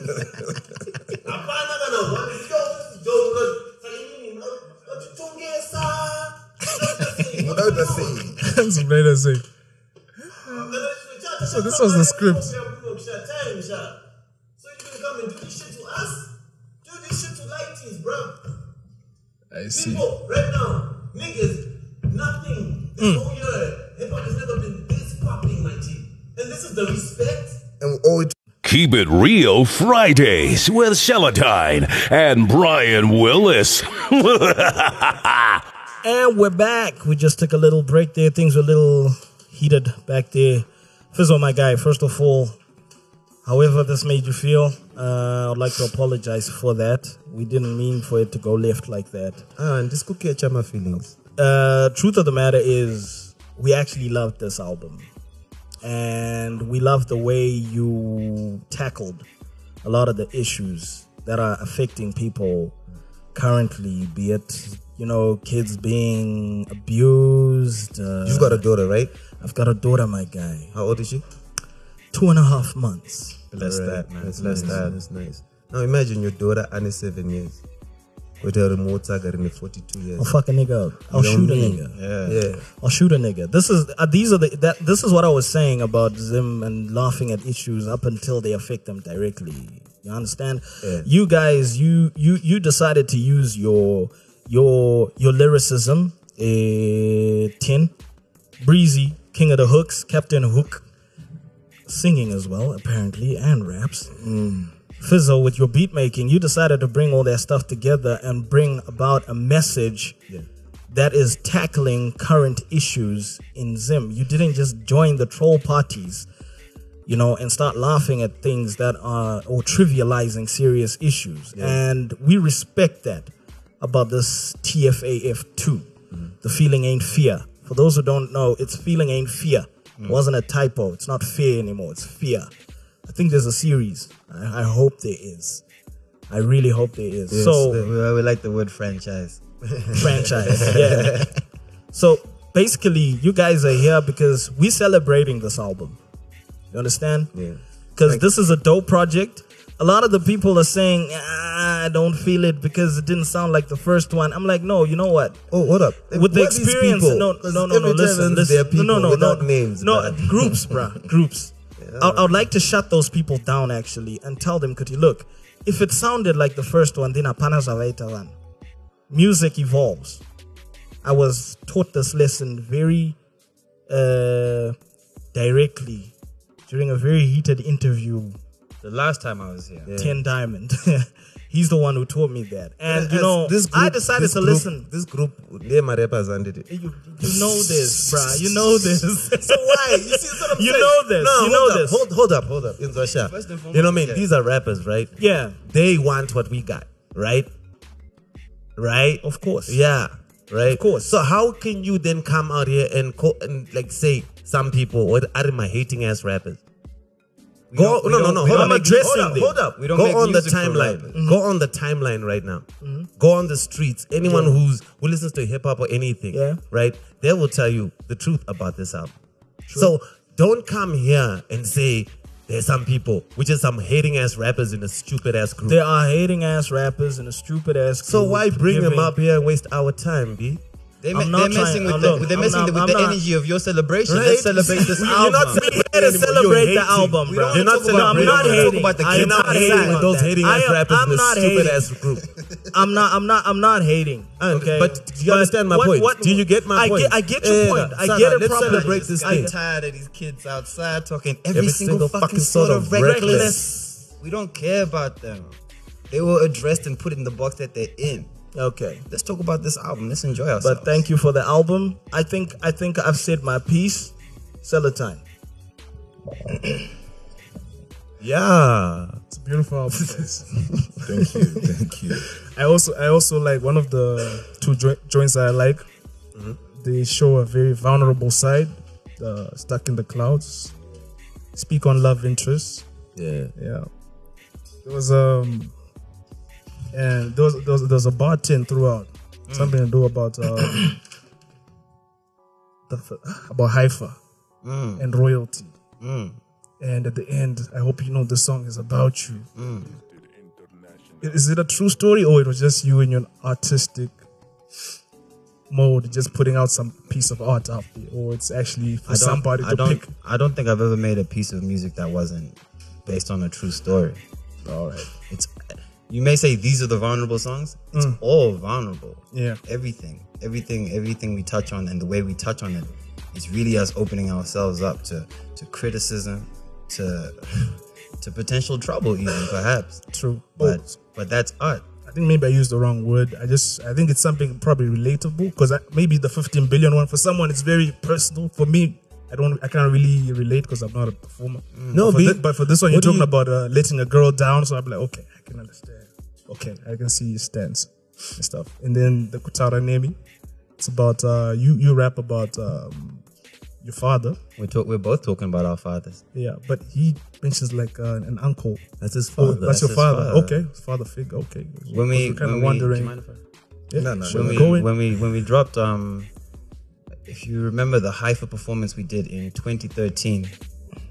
S1: What I was saying.
S5: that's what I say.
S9: So
S5: this was the script.
S9: So you can come and do this shit to us? Do this shit to lighties, bro.
S10: I see.
S11: People, right now, niggas, nothing.
S7: Hmm.
S11: This whole year, hip hop has never been this popping, my G. And this is the respect.
S1: And all it
S4: Keep It Real Fridays with Celatine and Brian Willis.
S5: And we're back. We just took a little break there. Things were a little heated back there. Fizzle, my guy, first of all, however this made you feel, uh, I'd like to apologize for that. We didn't mean for it to go left like that.
S7: Ah, And this could catch up my feelings.
S5: Uh, truth of the matter is, we actually loved this album. And we love the way you tackled a lot of the issues that are affecting people currently, be it, you know, kids being abused. Uh,
S7: You've got a daughter, right?
S5: I've got a daughter, my guy.
S7: How old is she?
S5: Two and a half months.
S7: Bless that, man. Bless that. That's nice. Now imagine your daughter under seven years with her remote tiger in the 42 years.
S5: I'll fuck a nigga up. I'll shoot a nigga.
S7: Yeah.
S5: I'll shoot a nigga. This is uh, these are the that this is what I was saying about them and laughing at issues up until they affect them directly. You understand?
S7: Yeah.
S5: You guys, you you you decided to use your your your lyricism, eh, tin, breezy, king of the hooks, Captain Hook, singing as well apparently, and raps. Fizzle with your beat making, you decided to bring all that stuff together and bring about a message that is tackling current issues in Zim. You didn't just join the troll parties, you know, and start laughing at things that are or trivializing serious issues. And we respect that about this TFAF 2. The feeling ain't fear. For those who don't know, it's feeling ain't fear. It wasn't a typo. It's not fear anymore. It's fear. I think there's a series. I, I hope there is. I really hope there is. so
S6: we, we like the word franchise.
S5: franchise. Yeah. so basically, you guys are here because we're celebrating this album. You understand?
S7: Yeah.
S5: Because this is a dope project. A lot of the people are saying, ah, I don't feel it because it didn't sound like the first one. I'm like, no, you know what?
S7: Oh, hold up.
S5: With the
S7: What are these
S5: experience,
S7: people?
S5: no, no,
S7: Because
S5: no, no,
S7: every time
S5: listen,
S7: there's
S5: listen,
S7: their people
S5: no, no, no,
S7: without
S5: no,
S7: names.
S5: no, [laughs]
S7: bruh.
S5: groups, bruh, groups. I, I would like to shut those people down actually and tell them, Kuti, look, if it sounded like the first one, then apana zavaitavan. Music evolves. I was taught this lesson very uh, directly during a very heated interview.
S6: The last time I was here.
S5: Ten Diamond, [laughs] he's the one who taught me that, and you
S7: As
S5: know,
S7: this
S5: I
S7: group-
S5: decided
S7: this
S5: to
S7: group-
S5: listen.
S7: This group, they my rappers under it.
S5: You, you know this, bruh. You know this.
S7: [laughs] So why? You see that's what I'm
S5: You
S7: saying?
S5: know this.
S7: No,
S5: You
S7: hold
S5: know
S7: up.
S5: this.
S7: Hold, hold up, hold up. In Zasha. you know what I mean? These are rappers, right?
S5: yeah,
S7: They want what we got, right? Right?
S5: of course.
S7: Yeah. Right? Of
S5: course.
S7: So how can you then come out here and call, and like say some people or are my hating ass rappers? Go,
S6: don't- we
S7: no, no,
S6: don't-
S7: no.
S6: we
S7: Hold
S6: don't
S7: up.
S6: make-
S7: addressing
S6: hold up,
S7: them.
S6: hold up. We don't
S7: Go
S6: make
S7: on the
S6: music for
S7: timeline. Mm-hmm.
S6: rappers.
S7: Go on the timeline right now. Mm-hmm. Go on the streets. Anyone who's who listens to hip hop or anything,
S5: Yeah.
S7: right? They will tell you the truth about this album. So don't come here and say there's some people, which is some hating ass rappers in a stupid ass group.
S5: There are hating ass rappers and a stupid ass.
S7: so why bring them
S5: giving-
S7: up here and waste our time, B?
S6: They,
S5: I'm not
S6: are
S5: trying-
S6: messing
S5: I'm
S6: with
S5: not-
S6: the, they're
S5: I'm
S6: messing
S5: not-
S6: with
S5: I'm
S6: the
S5: not-
S6: energy of your celebration. Let's
S7: Right?
S6: celebrate this
S7: [laughs] You're
S6: album.
S7: not celebrating
S5: Here to
S7: anymore.
S5: celebrate the
S7: You're hating.
S5: album,
S7: We
S5: bro.
S7: don't wanna talk about
S5: I'm not
S7: rappers. We wanna talk
S5: hating.
S6: about the kids
S5: I am
S7: You're
S5: not
S7: not
S6: outside.
S5: hating
S7: hating with those
S5: that.
S7: hating
S5: I
S7: ass
S5: am-
S7: rappers
S5: I'm
S7: in a
S5: not
S7: stupid
S5: hating.
S7: ass group.
S5: I'm not. I'm not. I'm not hating.
S7: And-
S5: Okay,
S7: but do you understand my point? Do you get my
S5: I
S7: point?
S5: Get, I get your
S7: Yeah,
S5: point. I
S7: Sana,
S5: get it.
S7: let's
S5: properly.
S7: celebrate this
S5: I-
S7: thing.
S6: I'm tired of these kids outside talking every,
S7: Every
S6: single,
S7: single
S6: fucking
S7: fucking
S6: sort
S7: sort
S6: of
S7: of
S6: reckless.
S7: reckless.
S6: We don't care about them. They were addressed and put in the box that they're in.
S5: Okay,
S6: Let's talk about this album. Let's enjoy ourselves.
S5: but thank you for the album. I think. I think I've said my piece.
S10: [clears throat]
S5: Celatine.
S7: Yeah.
S10: It's a beautiful album. [laughs] guys.
S1: Thank you.
S6: [laughs]
S1: Thank you.
S10: I also I also like one of the two jo- joints that I like. They show a very vulnerable side, uh, stuck in the clouds. Speak on love interests.
S7: Yeah.
S10: Yeah, there was um, and there was there was, there was a bar tin throughout.
S6: Mm.
S10: Something to do about um, [coughs] the, f- about Haifa
S6: Mm.
S10: and royalty. And at the end, I hope you know the song is about you.
S6: Mm.
S10: I- Is it a true story or it was just you in your artistic mode, just putting out some piece of art out there, or it's actually for
S6: I don't-
S10: somebody
S6: I
S10: to
S6: don't,
S10: pick?
S6: I don't think I've ever made a piece of music that wasn't based on a true story.
S10: All right.
S6: It's you you may say these are the vulnerable songs. It's all vulnerable.
S5: Yeah.
S6: Everything, everything, everything we touch on and the way we touch on it is really us opening ourselves up to to criticism, to [laughs] to potential trouble even perhaps.
S5: True.
S6: But
S5: Oh,
S6: but that's art.
S5: I think maybe I used the wrong word. I just I think it's something probably relatable because maybe the 15 billion one for someone it's very personal. For me, I don't I can't really relate because I'm not a performer. but
S3: No,
S5: for,
S3: be-
S5: thi- but for this one you're
S3: what do
S5: talking
S3: you-
S5: about uh, letting a girl down, so I'm like, okay, I can understand. Okay, I can see your stance and stuff. And then the Kutara Nemi, it's about uh, you you rap about um, your father,
S6: We're talk, we're both talking about our fathers.
S5: yeah, but he mentions like uh, an uncle.
S3: That's his
S5: Oh,
S3: father.
S5: that's your
S6: his
S5: father.
S6: father.
S5: Okay, father figure. Okay,
S6: When we when we-
S5: kind of
S6: do you
S5: wondering.
S6: mind if I-
S5: Yeah,
S1: No, no,
S5: should
S6: when
S5: we
S6: we
S5: go in?
S6: when we when we dropped um if you remember the hyper performance we did in 2013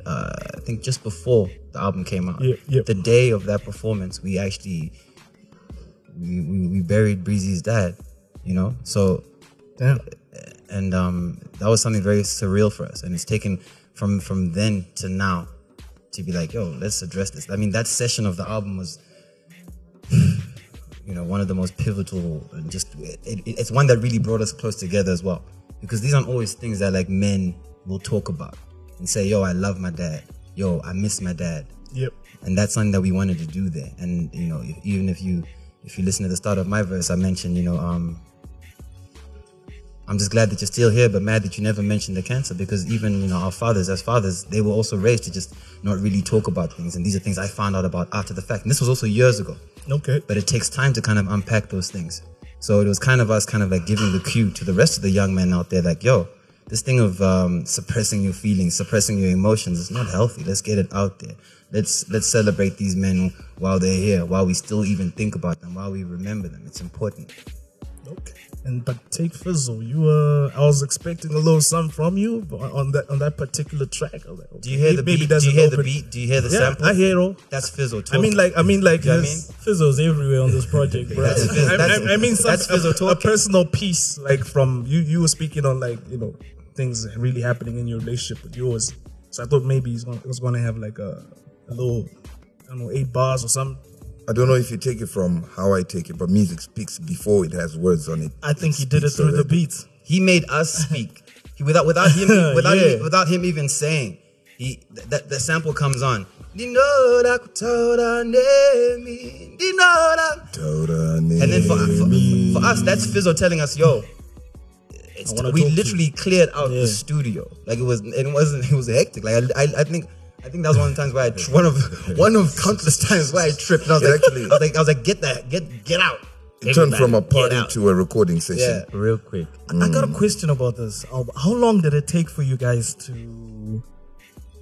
S6: uh, I think just before the album came out
S5: Yeah, yeah.
S6: the day of that performance we actually we, we, we buried Breezy's dad you know so
S5: Damn.
S6: and um, that was something very surreal for us. And it's taken from from then to now to be like, yo, let's address this. I mean, that session of the album was, [sighs] you know, one of the most pivotal and just it, it- it's one that really brought us close together as well. Because these aren't always things that like men will talk about and say, yo, I love my dad. Yo, I miss my dad
S5: Yep.
S6: and that's something that we wanted to do there and you know if, even if you if you listen to the start of my verse i mentioned you know um i'm just glad that you're still here but mad that you never mentioned the cancer because even you know our fathers as fathers they were also raised to just not really talk about things and these are things i found out about after the fact and this was also years ago
S5: Okay.
S6: but it takes time to kind of unpack those things. So it was kind of us kind of like giving the cue to the rest of the young men out there, like, yo, this thing of um, suppressing your feelings, suppressing your emotions is not healthy. Let's get it out there. Let's let's celebrate these men while they're here, while we still even think about them, while we remember them. It's important.
S5: Okay. And but take Fizzle. You were I was expecting a little something from you but on- on that on that particular track. I was like,
S6: Do you
S5: okay,
S6: hear the
S5: maybe
S6: beat? Do
S5: doesn't
S6: you hear the
S5: open-
S6: beat? Do you hear the
S5: Yeah,
S6: sample?
S5: I hear it all.
S6: That's fizzle.
S5: I mean,
S6: talking.
S5: like I mean, like
S6: You know what I
S5: his-
S7: Fizzles everywhere on this project, bro.
S6: That's fizz-
S5: [laughs] I,
S6: that's-
S5: I- I mean, some,
S6: that's Fizzle
S5: a, a
S6: talking.
S5: personal piece, like from you. You were speaking on like you know things really happening in your relationship with yours. So I thought maybe he's gonna, it was going to have like a, a little, I don't know, eight bars or something.
S1: I don't know if you take it from how I take it, but music speaks before it has words on it.
S7: I think he did it
S1: speaks
S7: through the
S1: already.
S7: beats.
S6: He made us speak he, without without him without
S7: [laughs] Yeah.
S6: him, without him even saying. He th- that the sample comes on. Dinora kutora nemi, dinora.
S1: Toda
S6: And then for,
S1: nemi.
S6: for, for us, that's Fizzle telling us, "Yo, it's
S7: wanna
S6: we
S7: talk to
S6: literally cleared out
S7: Yeah.
S6: the studio. Like it was, it wasn't, it was hectic. Like I, I, I think, I think that was one of the times where I, tr- one of, one of countless times where I tripped. And I was
S1: It actually-
S6: like,
S7: [laughs]
S6: I was like, I was like, get that, get, get out.
S1: It turned from a
S6: Everybody, get
S1: party
S6: out.
S1: to a recording session.
S6: yeah, real quick.
S7: I got a
S1: Hmm.
S7: question about this. album. How long did it take for you guys to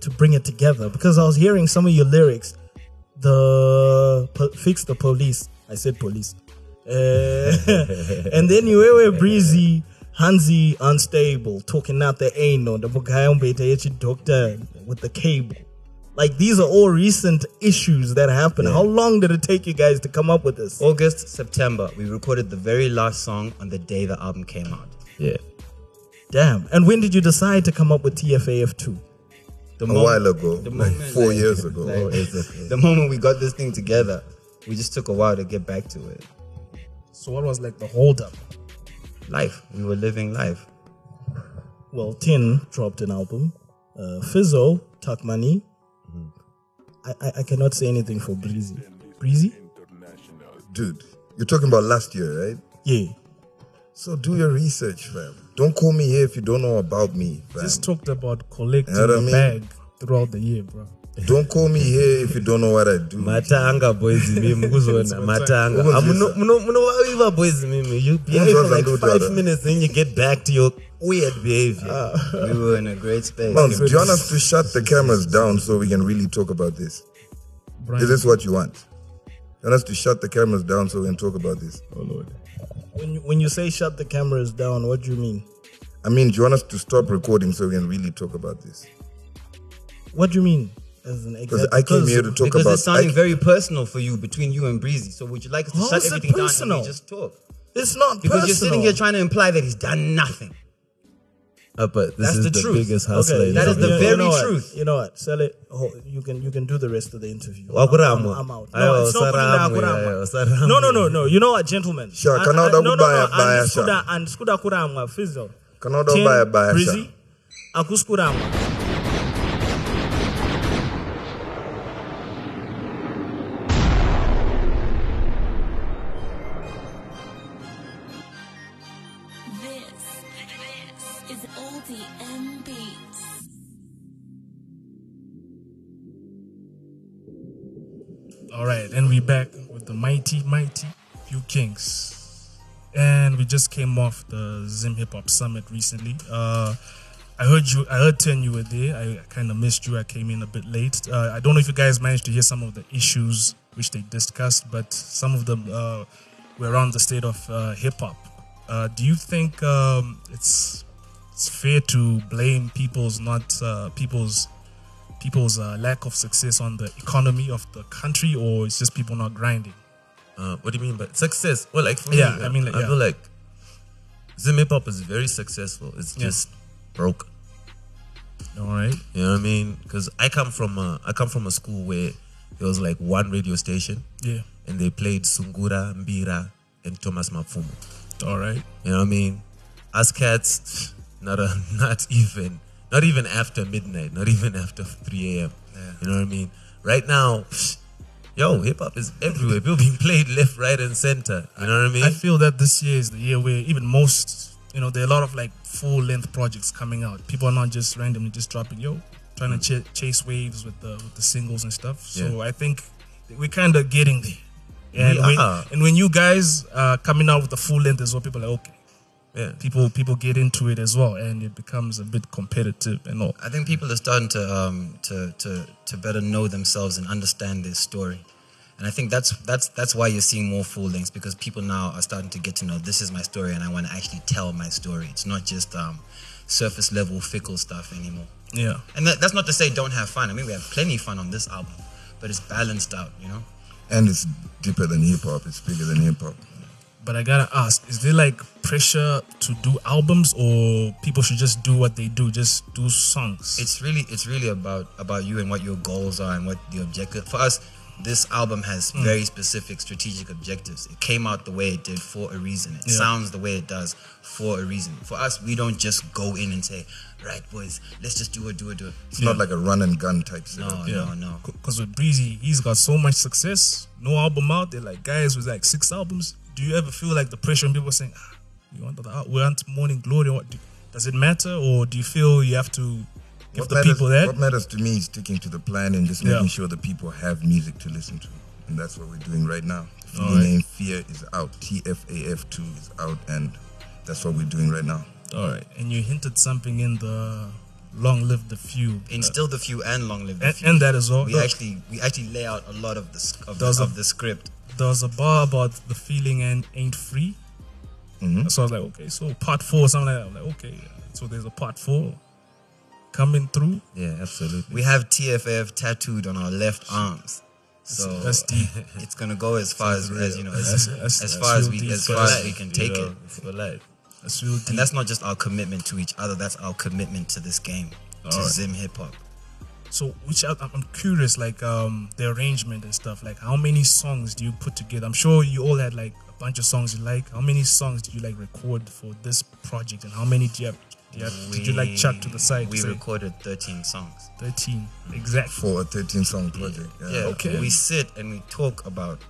S7: to bring it together? Because I was hearing some of your lyrics. The po- fix the police. I said police. Uh, [laughs] and then you were were breezy, Hansi unstable, talking out the anal, the Bugayombe, the doctor with the cable. Like these are all recent issues that happened. How long did it take you guys to come up with this?
S6: August, September, we recorded the very last song on the day the album came out.
S3: yeah.
S7: Damn. And when did you decide to come up with TFAF2?
S6: The
S1: A while ago,
S6: the
S1: like
S6: moment,
S1: four
S6: like-
S1: years ago. Oh,
S6: like, the moment we got this thing together, we just took a while to get back to it.
S5: So what was like the holdup?
S6: Life, we were living life.
S7: Well, Tin dropped an album. Uh, Fizzle, Tuck Money.
S5: Mm-hmm.
S7: I, I, I cannot say anything for Breezy. Breezy?
S1: Dude, you're talking about last year, right?
S7: Yeah.
S1: So do your research, fam. Don't call me here if you don't know about me, fam.
S5: Just talked about collecting
S1: You know what I
S5: the
S1: mean?
S5: bag throughout the year, bro.
S1: don't call me here if you don't know what I do.
S3: matanga boys
S6: [laughs]
S3: mimi kuzona matanga
S1: Ukonzisa.
S3: Amuno- muno- munovaviva boys mimi you behave
S1: Ukonzisa
S3: for like
S1: ndudzi
S3: five
S1: vada.
S3: minutes then you get back to your weird behavior
S6: We were in a great space.
S1: Mons, do you want us to shut the cameras down so we can really talk about this?
S5: Brian,
S1: Is this what you want? You want us to shut the cameras down so we can talk about this?
S7: When you, when you say shut the cameras down, what do you mean?
S1: I mean, do you want us to stop recording so we can really talk about this?
S7: What do you mean? As an
S1: Because
S7: exact-
S1: I came here to talk
S6: because
S1: about.
S6: it's sounding
S1: I-
S6: very personal for you between you and Breezy. So would you like us to
S7: How
S6: shut
S7: is it
S6: everything down and
S7: personal?
S6: we just talk?
S7: It's
S6: Because
S7: not personal.
S6: you're sitting here trying to imply that he's done nothing.
S3: Uh, but this
S6: That's
S3: is
S6: the
S3: the,
S6: truth.
S3: biggest hustler.
S6: Okay,
S3: in
S6: that is the
S3: Africa.
S6: very
S7: know what?
S6: truth.
S7: You know what? Sell it. Oh, you can you can do the rest of the interview.
S3: Wa
S7: I'm,
S3: kuramwa.
S7: I'm out.
S3: Ayo,
S7: No, it's not
S3: usaramwe,
S7: kurinda kuramwa.
S3: ayo, usaramwe.
S7: No, no, no, no. You know what, gentlemen?
S1: Sure,
S7: I-
S1: kana
S7: I-
S1: uda
S7: no, no,
S1: kubaya-
S7: no,
S1: baya, sure.
S7: andiskuda- andiskuda kuramwa, Fizzle.
S1: Kana uda
S7: Tim,
S1: kubaya- baya, sure.
S7: Brizzy, akusikuramwa.
S12: This, this is ODM Beats.
S5: All right, and we're back with the mighty, mighty few kings, and we just came off the Zim Hip Hop Summit recently. Uh, I heard you. I heard ten. You were there. I, I kind of missed you. I came in a bit late. Uh, I don't know if you guys managed to hear some of the issues which they discussed, but some of them uh, were around the state of uh, hip hop. Uh, do you think um, it's it's fair to blame people's not uh, people's people's uh, lack of success on the economy of the country, or it's just people not grinding?
S3: Uh, what do you mean by success? Well, like for
S5: Yeah,
S3: me,
S5: I mean, like,
S3: I
S5: yeah.
S3: feel like Zim Hip Hop is very successful. It's
S5: Yeah.
S3: just broke.
S5: All right.
S3: You know what I mean? Because I come from a, I come from a school where there was like one radio station,
S5: Yeah.
S3: and they played Sungura, Mbira, and Thomas Mafumo.
S5: All right.
S3: You know what I mean? Us cats, [laughs] not a, not even, not even after midnight, not even after 3 a.m. You know what I mean? Right now, [sniffs] yo, hip hop is everywhere. People being played left, right, and center. You know what I mean?
S5: I feel that this year is the year where even most, you know, there are a lot of like full length projects coming out. People are not just randomly just dropping yo, trying to
S3: Mm.
S5: ch- chase waves with the with the singles and stuff. So I think we're kind of getting there. And
S3: We
S5: when,
S3: are.
S5: and when you guys are coming out with a full length as well, people are like, okay,
S3: yeah.
S5: people people get into it as well, and it becomes a bit competitive and all.
S6: I think people are starting to um, to to to better know themselves and understand their story, and I think that's that's that's why you're seeing more full lengths because people now are starting to get to know this is my story and I want to actually tell my story. It's not just um, surface level fickle stuff anymore.
S5: Yeah.
S6: And that, that's not to say don't have fun. I mean we have plenty of fun on this album, but it's balanced out, you know.
S1: And it's deeper than hip hop. It's bigger than hip hop.
S5: But I gotta ask, is there like pressure to do albums or people should just do what they do, just do songs?
S6: It's really it's really about about you and what your goals are and what the objective for us. This album has
S5: Hmm.
S6: very specific strategic objectives. It came out the way it did for a reason. It
S5: Yeah.
S6: sounds the way it does for a reason. For us, we don't just go in and say, "Right, boys, let's just do it, do it, do it."
S1: It's not like a run and gun type setup.
S6: No, no, no.
S5: Because with Breezy, he's got so much success, no album out. They're like guys with like six albums. Do you ever feel like the pressure when people are saying, ah, "We want the we want Morning Glory"? Or what? Do, does it matter, or do you feel you have to give
S1: What
S5: the
S1: matters-
S5: people that?
S1: What matters to me is sticking to the plan and just making
S5: Yeah.
S1: sure the people have music to listen to. And that's what we're doing right now. The
S5: All
S1: name
S5: right.
S1: Fear is out. TFAF2 is out. And that's what we're doing right now.
S5: All right, and you hinted something in the "Long Live the Few"
S6: In still the few and long live the
S5: Uh, and,
S6: few.
S5: and that as well.
S6: we
S5: Look,
S6: actually we actually lay out a lot of the sc- of, the,
S5: Does
S6: of
S5: a-
S6: the script.
S5: there was a bar about the feeling and ain't free.
S6: Mm-hmm.
S5: So I was like, okay, so part four, something like that. I'm like, okay, so there's a part four coming through.
S3: Yeah, absolutely.
S6: We have TFF tattooed on our left arms. So
S5: That's
S6: [laughs]
S5: deep.
S6: it's gonna go as far as, as you know
S5: That's-
S6: as,
S5: that's-
S6: as
S5: that's
S6: far as
S5: real
S6: we
S5: deep,
S6: as
S5: but
S6: far as
S5: like,
S6: we can take it.
S3: It's for life.
S5: That's real deep.
S6: And that's not just our commitment to each other, that's our commitment to this game, to
S5: Alright.
S6: Zim Hip Hop.
S5: so which I, I'm curious, like um the arrangement and stuff. Like, how many songs do you put together? I'm sure you all had like a bunch of songs you like. How many songs did you like record for this project, and how many do you have? Do you have did you like chuck to the side?
S6: We
S5: say,
S6: recorded 13 songs.
S5: thirteen exactly.
S1: For a 13 song project. Yeah.
S6: Yeah,
S5: Okay.
S6: Uh, we sit and we talk about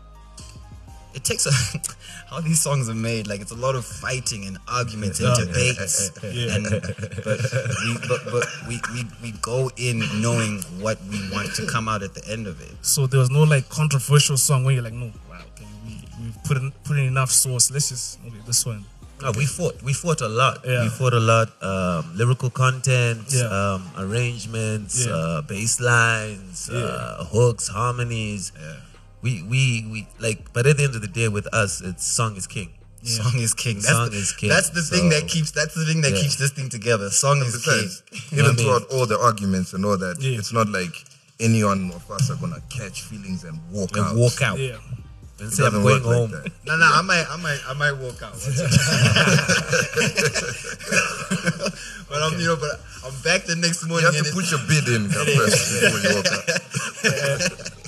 S6: it takes a [laughs] how these songs are made. Like it's a lot of fighting and arguments and
S5: [laughs]
S6: debates. And, but we but, but we, we, we go in knowing what we want to come out at the end of it.
S5: So there was no like controversial song where you're like, no, wow, okay, we we put in put in enough source. Let's just okay, this one.
S3: No, we fought. We fought a lot.
S5: Yeah.
S3: We fought a lot. Um, lyrical content,
S5: Yeah.
S3: um, arrangements,
S5: Yeah.
S3: uh, bass lines, uh, hooks, harmonies. We, we, we, like, but at the end of the day, with us, it's song is king.
S6: Song is king. That's
S3: Mm. Song
S6: the,
S3: is king.
S6: That's the thing that
S3: So-
S6: keeps. That's the thing that
S3: Yeah.
S6: keeps this thing together. Song is king.
S1: Besides, even throughout all the arguments and all that,
S5: Yeah.
S1: it's not like anyone of us are going to catch feelings and walk
S3: And
S1: out.
S3: walk out.
S5: Yeah.
S3: And
S1: It
S3: say, I'm
S1: doesn't
S3: going
S1: work like
S3: home.
S1: that.
S6: No, no, I might, I might, I might walk out. [laughs] but I'm you know, but I'm back the next morning.
S1: You have
S6: and
S1: to
S6: it-
S1: put your bid in God bless you, before you walk out.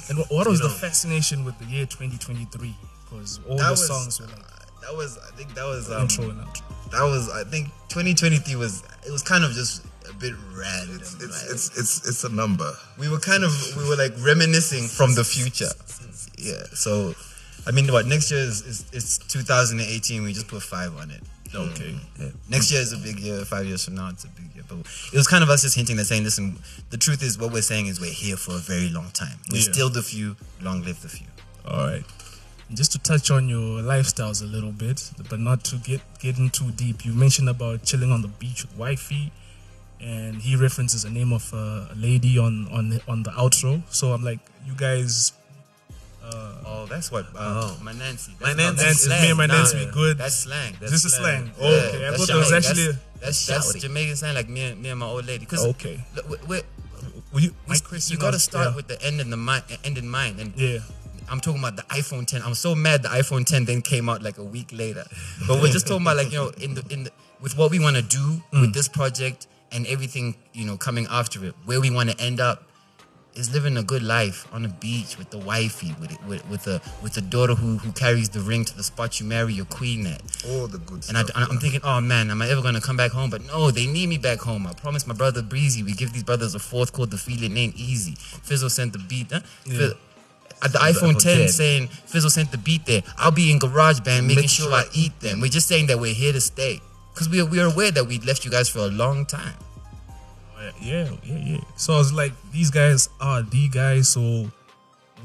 S5: And wh- what was
S6: You
S5: the
S6: know.
S5: fascination with the year 2023? Because all
S6: That
S5: the
S6: was-
S5: songs were like
S6: That was, I think, that was um,
S5: intro and outro.
S6: that was, I think, 2023 was, it was kind of just a bit random.
S1: It's,
S6: like,
S1: it's, it's, it's a number.
S6: we were kind of, we were like reminiscing from the future. Yeah. So, I mean, what next year is, is it's 2018. We just put five on it. Oh, Okay. Next year is a big year. Five years from now, it's a big year. But it was kind of us just hinting that saying, listen, the truth is, what we're saying is we're here for a very long time. We're still the few. Long live the few.
S5: All right. Just to touch on your lifestyles a little bit, but not to get getting too deep. You mentioned about chilling on the beach with wifey, and he references the name of uh, a lady on on the, on the outro. So I'm like, you guys, uh,
S6: Oh, that's what. oh, my Nancy. That's
S3: My
S6: not-
S3: Nancy.
S6: that's
S5: Nancy, me and my
S6: nah.
S5: Nancy, we good.
S6: That's slang.
S5: This is slang.
S6: Yeah,
S5: Okay, I
S6: that's
S5: thought that was
S6: shouty.
S5: actually-
S6: that's, that's, that's Jamaican slang, like me and me and my old lady. 'Cause
S5: Okay.
S6: look, we- we-
S5: will you?
S6: we- you got to start
S5: yeah.
S6: with the end in the mind, end in mind, and
S5: Yeah.
S6: I'm talking about the iPhone 10. I'm so mad the iPhone 10 then came out like a week later. But we're just talking about like you know in the in the, with what we want to do
S5: Mm.
S6: with this project and everything you know coming after it, where we want to end up is living a good life on the beach with the wifey, with with with a with a daughter who who carries the ring to the spot you marry your queen at.
S1: All the good
S6: And I,
S1: stuff.
S6: am thinking, oh man, am I ever gonna come back home? But no, they need me back home. I promised my brother Breezy. We give these brothers a fourth called "The Feeling Ain't Easy." Fizzle sent the beat. Huh? Fizz- at the iPhone 10 saying Fizzle sent the beat there. I'll be in Garage Band making sure I eat them. We're just saying that we're here to stay because we are, we are aware that we left you guys for a long time.
S5: Oh, yeah, yeah, yeah. So I was like, these guys are the guys. So will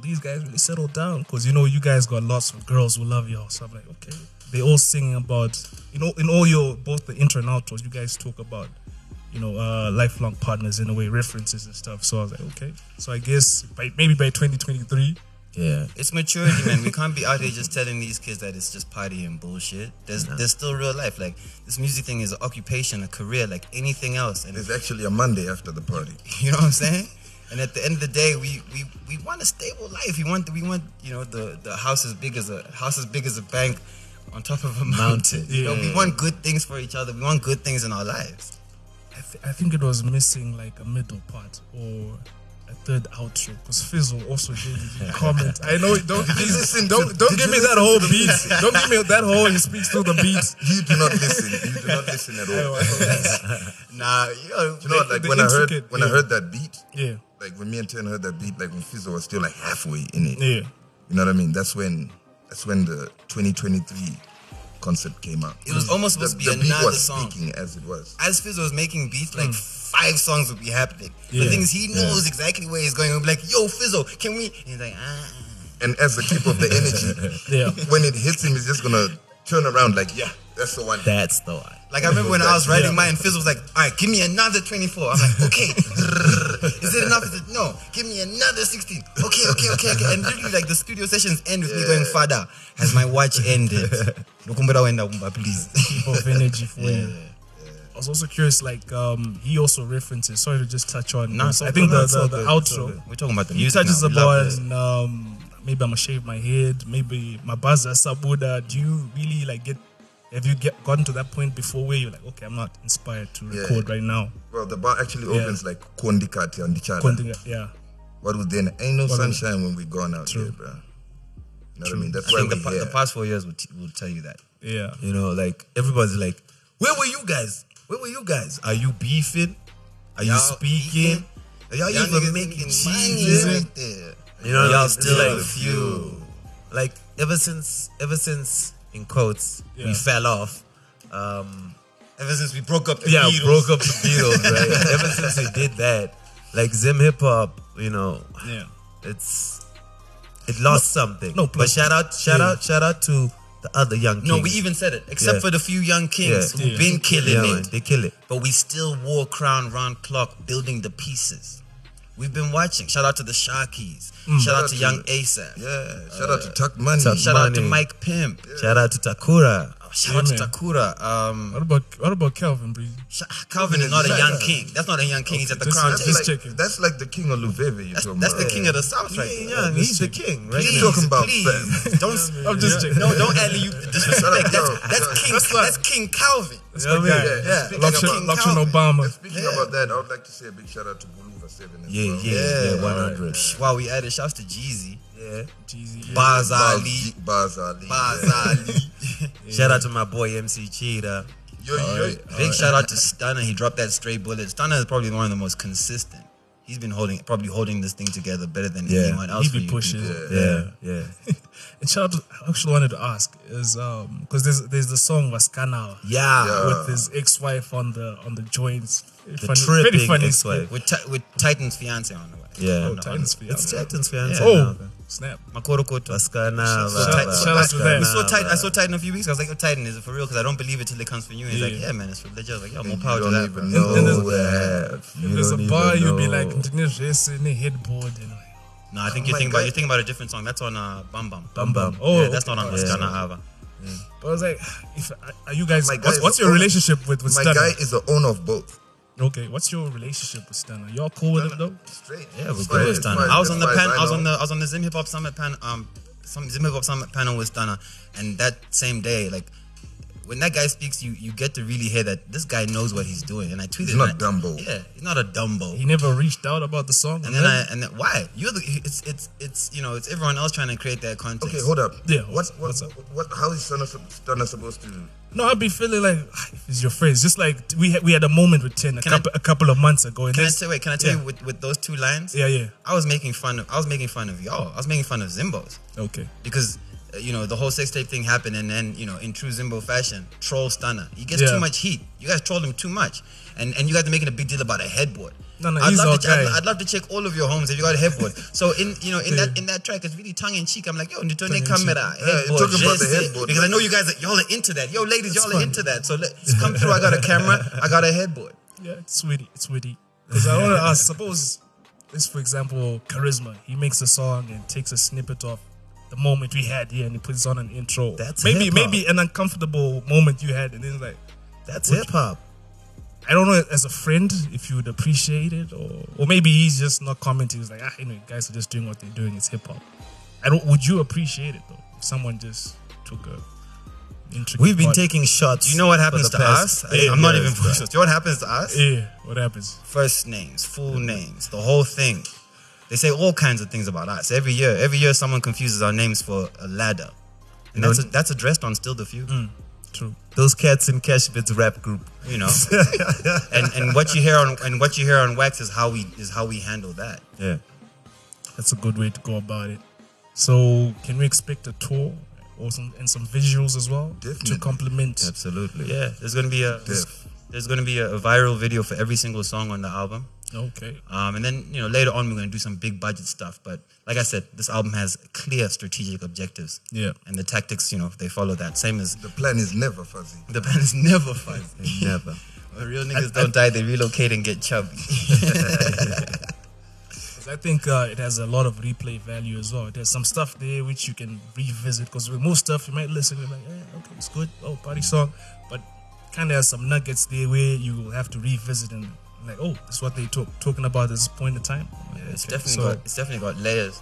S5: these guys really settle down because you know you guys got lots of girls who love y'all. So I'm like, okay, they all singing about you know in all your both the intro and outros, you guys talk about you know uh, lifelong partners in a way, references and stuff. So I was like, okay. So I guess by, maybe by 2023.
S3: Yeah.
S6: It's maturity, man. We can't be out here just telling these kids that it's just party and bullshit. There's there's still real life. Like this music thing is an occupation, a career, like anything else. And
S1: It's actually a Monday after the party.
S6: [laughs] You know what I'm saying? And at the end of the day, we we, we want a stable life. We want we want you know the, the house as big as a house as big as a bank on top of a mountain. You know, we want good things for each other. We want good things in our lives.
S5: I, th- I think it was missing like a middle part or a third outro because Fizzle also did
S6: [laughs]
S5: the comment. I know, don't please, don't don't give me that whole beat. Don't give me that whole. He speaks through the beat.
S1: You do not listen. You do not listen at all. [laughs]
S6: Nah, you know,
S1: You know, like
S5: the
S1: when I heard
S5: intricate,
S1: when I
S5: yeah.
S1: heard that beat,
S5: Yeah,
S1: like when me and Ten heard that beat, like when Fizzo was still like halfway in it.
S5: yeah.
S1: You know what I mean? That's when that's when the 2023 concept came out.
S6: It was almost supposed
S1: the,
S6: to be
S1: the beat
S6: another
S1: was
S6: song.
S1: speaking as it was.
S6: as Fizz was making beats, like five songs would be happening.
S5: Yeah.
S6: The thing is, he knows exactly where he's going. He'll be like, "Yo, Fizzle, can we?" And he's like, "Ah."
S1: And as the keep of the energy,
S5: [laughs] Yeah.
S1: when it hits him, he's just gonna turn around like, yeah, that's the one.
S3: That's the one.
S6: Like I remember when I was writing mine, Fizz was like, "All right, give me another 24." I'm like,
S3: [laughs]
S6: "Okay, is it enough?" Is it, no, give me another 16. Okay, okay, okay, okay. And literally, like the studio sessions end with me going, "Father, has my watch ended?" Lokumbela wenda umba, please.
S5: Of energy for you. I was also curious, like um, he also references. Sorry to just touch on.
S3: Ah,
S6: Nah, [laughs] it's all
S5: I think
S6: good.
S5: the,
S6: It's
S3: uh,
S6: all
S5: the, the
S6: good. It's all
S5: outro.
S6: good. We're talking about the
S5: He
S6: music.
S5: touches
S6: now. We love
S5: about
S6: this.
S5: um, maybe I'ma shave my head, maybe my baza sabuda. Do you really like get? Have you get gotten to that point before where you're like, okay, I'm not inspired to
S1: Yeah.
S5: record right now?
S1: Well, the bar actually opens like Kondikati and Dichala.
S5: Continue- Yeah,
S1: What was then? Ain't no
S5: What was-
S1: sunshine when we gone out here, bro. You know what I mean? That's
S6: I
S1: why
S6: think
S1: we
S6: the, pa-
S1: here.
S6: the past four years will, t- will tell you that.
S5: yeah.
S3: You know, like everybody's like, where were you guys? Where were you guys? Are you beefing? Are you
S6: Y'all
S3: speaking? Are y'all,
S6: Y'all
S3: even
S6: niggas
S3: making
S6: making
S3: cheese?
S6: money right there.
S3: You know,
S6: Y'all
S3: it's
S6: still
S3: like
S6: a few.
S3: Like ever since, ever since in quotes
S5: Yeah.
S3: we fell off.
S6: Ever since we broke up, the
S3: yeah,
S6: Beatles.
S3: broke up the
S5: [laughs]
S3: Beatles, right? ever since we did that, like Zim Hip Hop, you know,
S5: Yeah.
S3: it's it lost something.
S5: no,
S3: but
S5: plus-
S3: shout out, shout
S5: yeah.
S3: out, shout out to the other young. Kings.
S6: No, we even said it. Except
S3: Yeah.
S6: for the few young kings
S3: Yeah.
S6: who've been killing
S3: yeah, man,
S6: it.
S3: they kill it.
S6: but we still wore crown round clock building the pieces. We've been watching. Shout out to the Sharkies. Shout out to Young ASAP.
S1: yeah. Shout out to Tuck Money.
S3: Tuck
S6: Shout out to
S3: Money.
S6: Mike Pimp.
S3: Shout out to Takura.
S6: Shout out to
S5: Amen.
S6: Takura. Um,
S5: What about what about Calvin Breezy?
S6: Sh- Calvin is not a young king. That's not a young king. He's at the
S5: just-
S6: crown.
S5: just
S6: He's-
S1: That's like, that's like the king of Luveve you're talking
S6: That's the
S1: about.
S6: king of the south, right?
S1: ain't
S6: there.
S1: young.
S6: He's
S1: He's
S6: the king,
S1: right?
S6: right?
S1: You're talking about
S6: please. Don't.
S5: I'm just checking.
S6: No, don't alley you disrespect.
S1: No,
S6: That's, that's King. That's, King Calvin.
S5: That's my guy.
S1: Yeah, yeah. Speaking
S5: Lochin-
S1: about-
S5: Lochin
S6: Calvin.
S5: Obama.
S1: Speaking about that, I would like to say a big shout out to Buluva Seven. as
S3: Yeah,
S1: well.
S3: yeah, yeah, 100.
S6: Psh, Wow, we added shouts to Jeezy,
S3: Yeah.
S5: Jeezy.
S6: Baz Ali,
S1: Baz- Baz Ali.
S6: Baz
S1: yeah.
S6: Ali. [laughs] Shout out to my boy MC Cheetah.
S1: Yo, yo,
S6: Big
S5: Oh,
S6: shout out to Stunner. He dropped that straight bullet. Stunner is probably one of the most consistent. He's been holding, probably holding this thing together better than anyone else.
S5: He
S6: for
S5: be
S6: you
S5: pushing.
S6: people.
S3: Yeah. Yeah.
S5: And shout out to, I actually wanted to ask is um because there's there's the song Vascana
S3: Yeah.
S1: Yeah.
S5: with his ex-wife on the on the joints.
S3: The tripping
S5: skit.
S3: ex-wife.
S6: With, Ti- with Titan's fiance on the way.
S3: Yeah.
S5: Oh, Titan's
S3: It's
S5: fiance.
S3: Titan's fiance.
S5: Oh, snap.
S6: Makoro Koto.
S3: Pascana.
S6: So tight- so
S5: shout out
S6: I-
S5: to them.
S6: We saw Titan. I saw Titan a few weeks. ago. I was like, "Yo, Titan, is it for real?" Because I don't believe it till it comes from you. And he's like,
S5: Yeah.
S6: "Yeah, man, it's from legit." I was like, "Yo,
S1: You
S6: more power to
S1: don't
S6: that."
S1: even
S6: bro."
S1: know.
S5: And there's a-
S1: that. You
S5: If there's a
S1: don't
S5: bar,
S1: even
S5: you'd be
S1: know.
S5: like "Ndinezvese ne-headboard," and like,
S6: No, I think you're
S1: my
S6: thinking
S1: God.
S6: about you're thinking about a different song. That's on uh, Bam Bam.
S5: Bam Bam.
S6: Oh,
S5: Oh,
S6: that's not on
S5: okay.
S6: Mascana Ava.
S5: But I was like, [sighs] if are you guys?
S1: My guy
S5: What's,
S1: is
S5: what's
S1: a-
S5: your relationship with with
S1: My
S5: Stunner?
S1: guy is the owner of both.
S5: okay, what's your relationship with Stunner? Y'all cool with him though?
S1: Straight.
S6: Yeah,
S1: As
S6: we're
S1: far
S6: good with
S1: as- as
S6: Stunner.
S1: far as-
S6: I was on the
S1: as far as
S6: pan, I was
S1: know.
S6: on the I was on the Zim Hip Hop Summit pan, um, some Zim Hip Hop Summit panel with Stunner, and that same day, like when that guy speaks, you you get to really hear that this guy knows what he's doing. And I tweeted,
S1: He's not
S6: and I-
S1: Dumbo.
S6: Yeah, he's not a Dumbo.
S5: He never reached out about the song.
S6: and then I and then, why you're the it's it's it's you know it's everyone else trying to create that context.
S1: Okay, hold up.
S5: Yeah,
S1: What,
S5: what's-
S1: what,
S5: what's up?
S1: What, how is Stunner, sup- Stunner supposed to?
S5: no, I'd be feeling like [sighs] "Ah, if it's your friends. Just like we had, we had a moment with Ten a
S6: Can I-
S5: couple a couple of months ago. And
S6: Can I
S5: this-
S6: tell, wait, can I tell
S5: yeah.
S6: you with, with those two lines?
S5: Yeah, yeah.
S6: I was making fun of I was making fun of y'all. I was making fun of Zimbos
S5: Okay.
S6: because uh, you know the whole sex tape thing happened, and then you know in true Zimbo fashion, troll stunner. He gets
S5: Yeah.
S6: too much heat. You guys trolled him too much, and and you guys are making a big deal about a headboard.
S5: No, no,
S6: I'd
S5: he's
S6: love
S5: our
S6: to, I'd,
S5: guy.
S6: I'd love to check all of your homes if you got a headboard. so in you know in that in that track, it's really tongue in cheek. I'm like, yo, Nitone camera,
S1: Yeah, you're
S6: headboard,
S1: talking about the
S6: yes, eh.
S1: headboard,
S6: because I
S1: man.
S6: know you guys are, y'all are into that. Yo, ladies, y'all are into that. So let's come through. I got a camera. I got a headboard.
S5: Yeah, it's witty. It's witty. Because
S6: [laughs]
S5: I want to ask, suppose, this for example, Charisma. He makes a song and takes a snippet of the moment we had here and he puts on an intro.
S3: That's
S5: maybe
S3: hip-hop.
S5: maybe an uncomfortable moment you had, and then like
S3: That's hip hop.
S5: I don't know as a friend if you would appreciate it or or maybe he's just not commenting. He's like, ah, you know, you guys are just doing what they're doing. It's hip hop. I don't. Would you appreciate it though? If someone just took a intricate
S3: We've been
S5: part-
S3: taking shots.
S6: Do you know what
S3: for
S6: happens
S3: the
S6: to
S3: past-
S6: us? I- I'm not even Do [laughs] you know what happens to us?
S5: Yeah. What happens?
S6: First names, full names, the whole thing. They say all kinds of things about us every year. Every year, someone confuses our names for a ladder, and that's that's addressed on Still the Few.
S5: True.
S3: Those cats in Cashbit's rap group.
S6: You [laughs] know, and and what you hear on and what you hear on Wax is how we is how we handle that.
S3: Yeah.
S5: That's a good way to go about it. So, can we expect a tour or some and some visuals as well
S1: Definitely.
S5: to complement?
S3: Absolutely.
S6: Yeah, there's gonna be a
S1: Def.
S6: there's gonna be a, a viral video for every single song on the album.
S5: Okay,
S6: Um, and then you know later on we're gonna do some big budget stuff. But like I said, this album has clear strategic objectives.
S5: Yeah.
S6: And the tactics, you know, they follow that. Same as
S1: The plan is never fuzzy.
S6: the band is [laughs] never fuzzy.
S3: Never.
S6: When real niggas don't die, they relocate and get chubby.
S5: 'Cause I think uh, it has a lot of replay value as well. There's some stuff there which you can revisit because with most stuff you might listen and be like, eh, okay, it's good. Oh, party song, but kind of has some nuggets there where you will have to revisit and like, oh, that's what they talk talking about at this point in time.
S6: It's
S5: Okay,
S6: definitely
S5: so-
S6: got it's definitely got layers.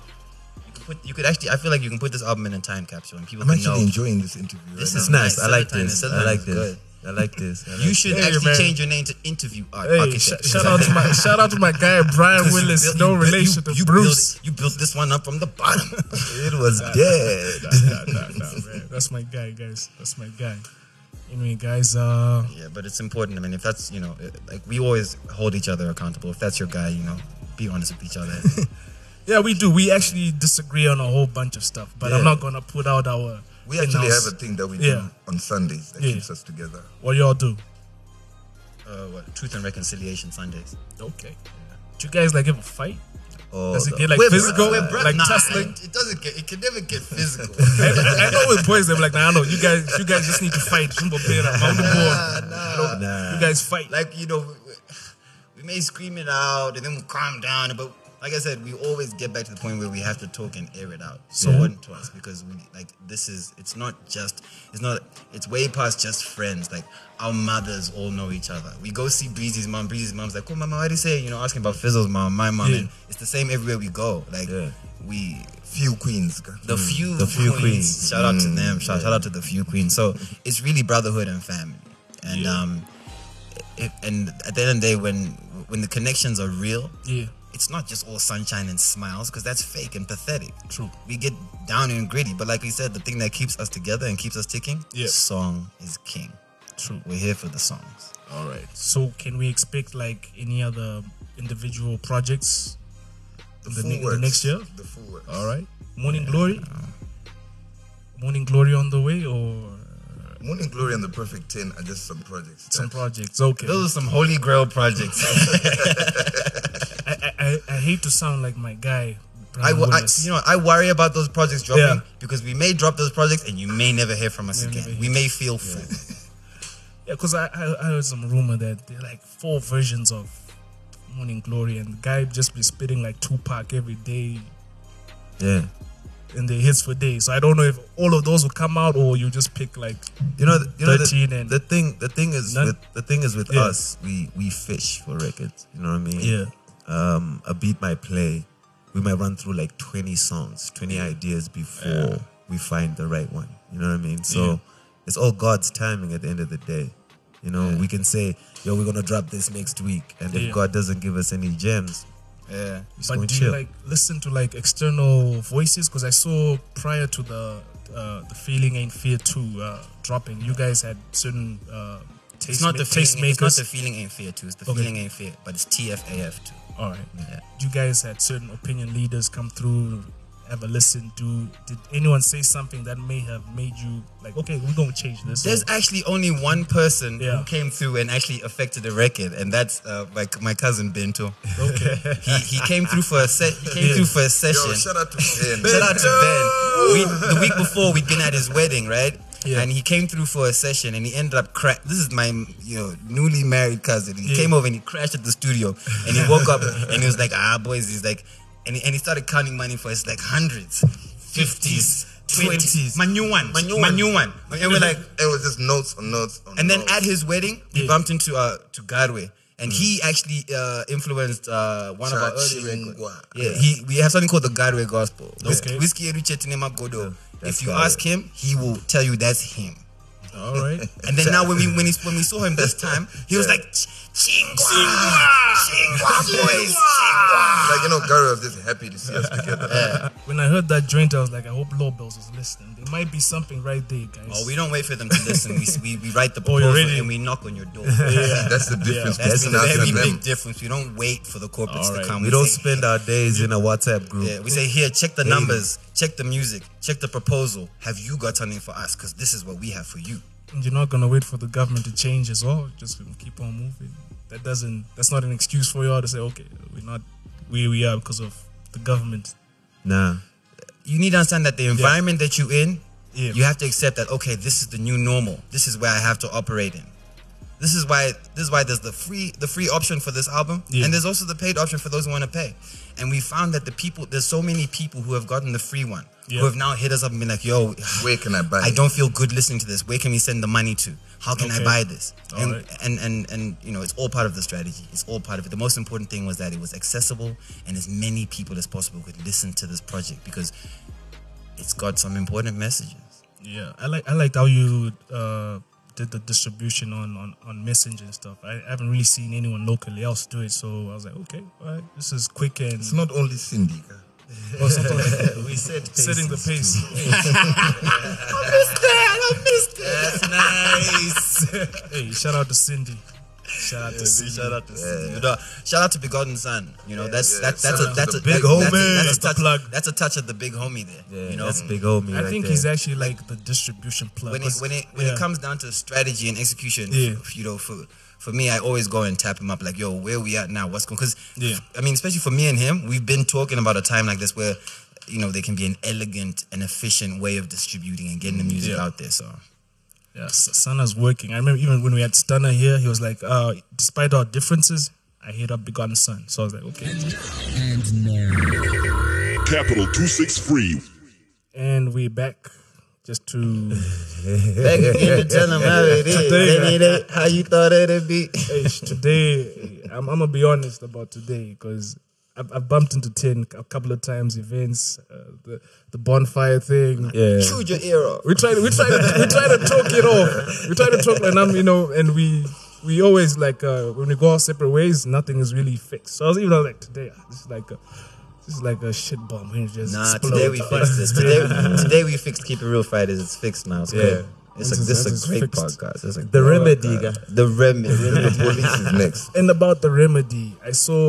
S6: You could put you could actually I feel like you can put this album in a time capsule and
S1: [laughs]
S6: people
S1: I'm
S6: can know.
S1: actually enjoying this interview.
S6: This
S1: right
S6: is
S1: now.
S6: nice.
S3: Nice. I like
S6: Celotan-
S3: this. I
S6: Celotan
S3: like
S6: is
S3: this.
S6: good.
S3: I like this. I like
S6: You should
S5: Hey,
S6: actually
S5: man.
S6: change your name to interview art
S5: Hey, sh-
S6: architect.
S5: shout out to my shout out to my
S6: [laughs]
S5: guy Brian Willis.
S6: You built-
S5: no
S6: you built-
S5: relation
S6: you,
S5: to
S6: you
S5: Bruce.
S6: Built, it- you built this one up from the
S5: [laughs]
S6: bottom.
S3: It was dead.
S5: nah, nah, nah, man. That's my guy, guys. That's my guy. Anyway, guys, uh,
S6: yeah, but it's important. I mean, if that's you know, it- like we always hold each other accountable. If that's your guy, you know, be honest with each
S5: [laughs]
S6: other.
S5: yeah, we do. We actually disagree on a whole bunch of stuff, but I'm
S1: Yeah.
S5: not gonna put out our.
S1: We actually
S5: in-house-
S1: have a thing that we
S5: Yeah.
S1: do on Sundays that
S5: Yeah.
S1: keeps us together.
S5: What y'all do?
S6: uh, what, Truth and Reconciliation Sundays.
S5: Okay. Do you guys like have a fight?
S1: Oh,
S5: Does it
S1: the-
S5: get like physical? like
S6: nah,
S5: tussling?
S6: It, it doesn't get. It can never get physical.
S5: [laughs] I, I know with boys they're like, nah, I know you guys. You guys just need to fight. Jumbo Pera, Mount Boy. You guys fight.
S6: like you know, we, we may scream it out and then we calm down, but like I said, we always get back to the point where we have to talk and air it out. So
S7: Yeah.
S6: what to us because we like this is it's not just it's not it's way past just friends. Like our mothers all know each other. We go see Breezy's mom. Breezy's mom's like, "Cool, mama, what do you say?" You know, asking about Fizzle's mom, my mom.
S3: Yeah.
S6: And it's the same everywhere we go. Like we few queens. The
S3: Mm.
S6: few
S3: The few queens.
S6: Shout out to
S3: Mm,
S6: them. Shout,
S3: yeah.
S6: shout out to the few queens. So it's really brotherhood and family. And
S3: Yeah.
S6: um, it, and at the end of the day, when when the connections are real,
S5: Yeah.
S6: it's not just all sunshine and smiles because that's fake and pathetic.
S5: True.
S6: We get down and gritty, but like we said, the thing that keeps us together and keeps us ticking,
S5: Yeah.
S6: song is king.
S5: True.
S6: We're here for the songs.
S3: All right.
S5: So can we expect like any other individual projects
S1: The,
S5: The
S1: full
S5: ne- the
S1: works.
S5: next year?
S1: The full works.
S5: All right. Morning Glory. Morning Glory on the way or
S1: Morning Glory and the Perfect Ten are just some projects.
S5: some
S1: that-
S5: projects. Okay.
S6: Those are some holy grail projects.
S5: I, I, I, I hate to sound like my guy.
S6: [laughs] I,
S5: Brian
S6: wo- I-
S5: Willis.
S6: you know, I worry about those projects dropping
S5: Yeah.
S6: because we may drop those projects and you may never hear from us again. We may feel full.
S5: Yeah, because I, I, I heard some rumor that there are like four versions of Morning Glory, and the guy just be spitting like Tupac every day,
S3: Yeah.
S5: and they hits for days. So I don't know if all of those will come out, or you just pick like
S3: You know, th- you know the,
S5: 13 and-
S3: the thing the thing is
S5: None-
S3: with the thing is with
S5: Yeah.
S3: us, we we fish for records. You know what I mean?
S5: yeah,
S3: Um, a beat might play, we might run through like twenty songs, twenty ideas before we find the right one. You know what I mean? So it's all God's timing at the end of the day. You know, we can say, "Yo, we're gonna drop this next week," and if
S5: Yeah.
S3: God doesn't give us any gems,
S6: Yeah.
S3: we just
S5: but do
S3: gonna
S5: you
S3: chill.
S5: like listen to like external voices? Because I saw prior to the uh, the feeling ain't fear two uh, dropping, you guys had certain uh, taste
S6: It's not the feeling. It's not
S5: tastemakers.
S6: the feeling ain't fair too. It's the
S5: Okay.
S6: feeling ain't fair, but it's TFAF too.
S5: all right.
S6: Yeah.
S5: you guys had certain opinion leaders come through have a listen do did anyone say something that may have made you like okay we're gonna change this
S6: There's
S5: or-
S6: actually only one person
S5: Yeah.
S6: who came through and actually affected the record, and that's uh, my my cousin Bento. Okay. [laughs] he he came through for a set. He came through for a session.
S1: Yo, shout out to Ben.
S6: Shout out to Ben. We, the week before, we'd been at his wedding, right?
S5: Yeah.
S6: And he came through for a session, and he ended up cra- This is my, you know, newly married cousin. He came over and he crashed at the studio, and he woke [laughs] up and he was like, "Ah, boys," he's like, and he, and he started counting money for us, like hundreds, fifties, twenties, my new one, my new one, and we're like,
S1: it was just notes on notes on
S6: and then
S1: notes.
S6: at his wedding, we bumped into uh to Garwe. And he actually uh, influenced uh, one of our early records.
S1: Chachingwa.
S6: Yeah, he we have something called the Garwe Gospel.
S5: Okay.
S6: Okay. Whiskey Eru Chetinema Godo.
S3: that's
S6: If you
S3: Garwe.
S6: ask him, he will tell you that's him.
S5: all right
S6: And then now when we when, he, when we saw him this time, he was like, "Ch- Chingwa, Chingwa boys, Chingwa.
S1: like you know, Gary was just happy to see us together.
S5: when i heard that joint i was like i hope lobels is listening there might be something right there guys
S6: Oh, we don't wait for them to listen. We, we, we write the
S5: you're
S6: proposal
S5: ready.
S6: and we knock on your door.
S1: That's the difference
S6: That's
S1: between
S6: the
S1: us
S6: very
S1: and them.
S6: big difference. We don't wait for the corporates
S3: all
S6: to
S3: right.
S6: come.
S3: we don't
S6: say,
S3: spend our days in a WhatsApp group.
S6: Yeah, we say here, check the numbers, check the music, check the proposal. Have you got something for us? Because this is what we have for you.
S5: and you're not gonna wait for the government to change as well just gonna keep on moving that doesn't that's not an excuse for y'all to say okay we're not where we are because of the government
S3: Nah.
S6: You need to understand that the environment that you're in,
S5: Yeah.
S6: you have to accept that. Okay, this is the new normal. This is where I have to operate in. This is why this is why there's the free the free option for this album,
S5: Yeah.
S6: and there's also the paid option for those who want to pay. And we found that the people there's so many people who have gotten the free one
S5: Yeah.
S6: who have now hit us up and been like, "Yo,
S1: Where can I buy?
S6: I
S1: it?
S6: don't feel good listening to this. Where can we send the money to? How can
S5: Okay.
S6: I buy this?
S5: All
S6: And,
S5: right.
S6: and and and you know, it's all part of the strategy. It's all part of it. The most important thing was that it was accessible and as many people as possible could listen to this project because it's got some important messages.
S5: Yeah, I like I liked how you uh, did the distribution on, on on Messenger and stuff. I haven't really seen anyone locally else do it, so I was like, okay, all right, this is quick
S6: [laughs]
S5: and
S1: It's not only Sindika.
S5: or something like that.
S3: We said
S6: [laughs]
S5: setting the pace.
S6: [laughs] That's nice.
S5: [laughs] hey, shout out to Cindy. Shout out to Cindy.
S6: shout out to [laughs] you know, shout out to Begotten Son. You know, that's
S1: yeah,
S6: that's
S1: shout
S6: that's a
S1: out to
S6: that's
S1: the
S6: a
S1: big
S6: that- that's a-
S1: homie.
S6: That's
S5: That's
S6: a
S5: the
S6: touch.
S5: plug.
S6: That's a touch of the big homie there. you know,
S3: that's big homie.
S5: I
S3: right
S5: think
S3: there.
S5: he's actually like the distribution plug.
S6: when it
S5: 'cause-
S6: when it when
S5: yeah.
S6: it comes down to strategy and execution,
S5: Yeah.
S6: f- you know, for for me, I always go and tap him up like, yo, where we at now? What's going? Because
S5: Yeah.
S6: I mean, especially for me and him, we've been talking about a time like this where, you know, there can be an elegant and efficient way of distributing and getting the music
S5: Yeah.
S6: out there. So
S5: Yeah, S- Stunner's working. I remember even when we had Stunner here, he was like, uh, despite our differences, I I hit up Begotten Son. So I was like, okay.
S8: And now. Capital 263.
S5: And we're back just
S6: [laughs]
S5: to.
S6: Back again to tell them how it is.
S5: Today,
S6: They need it how you thought it'd be.
S5: Hey, sh- today, I'm, I'm gonna be honest about today because I've, I've bumped into ten a couple of times. Events, uh, the the bonfire thing.
S7: Yeah.
S6: Chewed your ear off.
S5: We try we try to, we try to talk it off. We try to talk like I'm you know, and we we always like uh, when we go our separate ways, nothing is really fixed. So I was even I was like today, ah, this is like a this is like a shit bomb. We just
S6: Nah,
S5: explode.
S6: today we fixed this. Today, today we fixed Keep It Real Fridays. It's fixed now. It's good. It's
S5: This
S6: a,
S5: is-
S6: this
S5: this
S6: is
S5: is
S6: a great
S5: fixed.
S6: podcast. It's a
S7: The
S6: great
S7: remedy, guy.
S6: podcast. The remedy. [laughs]
S1: The police is next.
S5: And about the remedy, I saw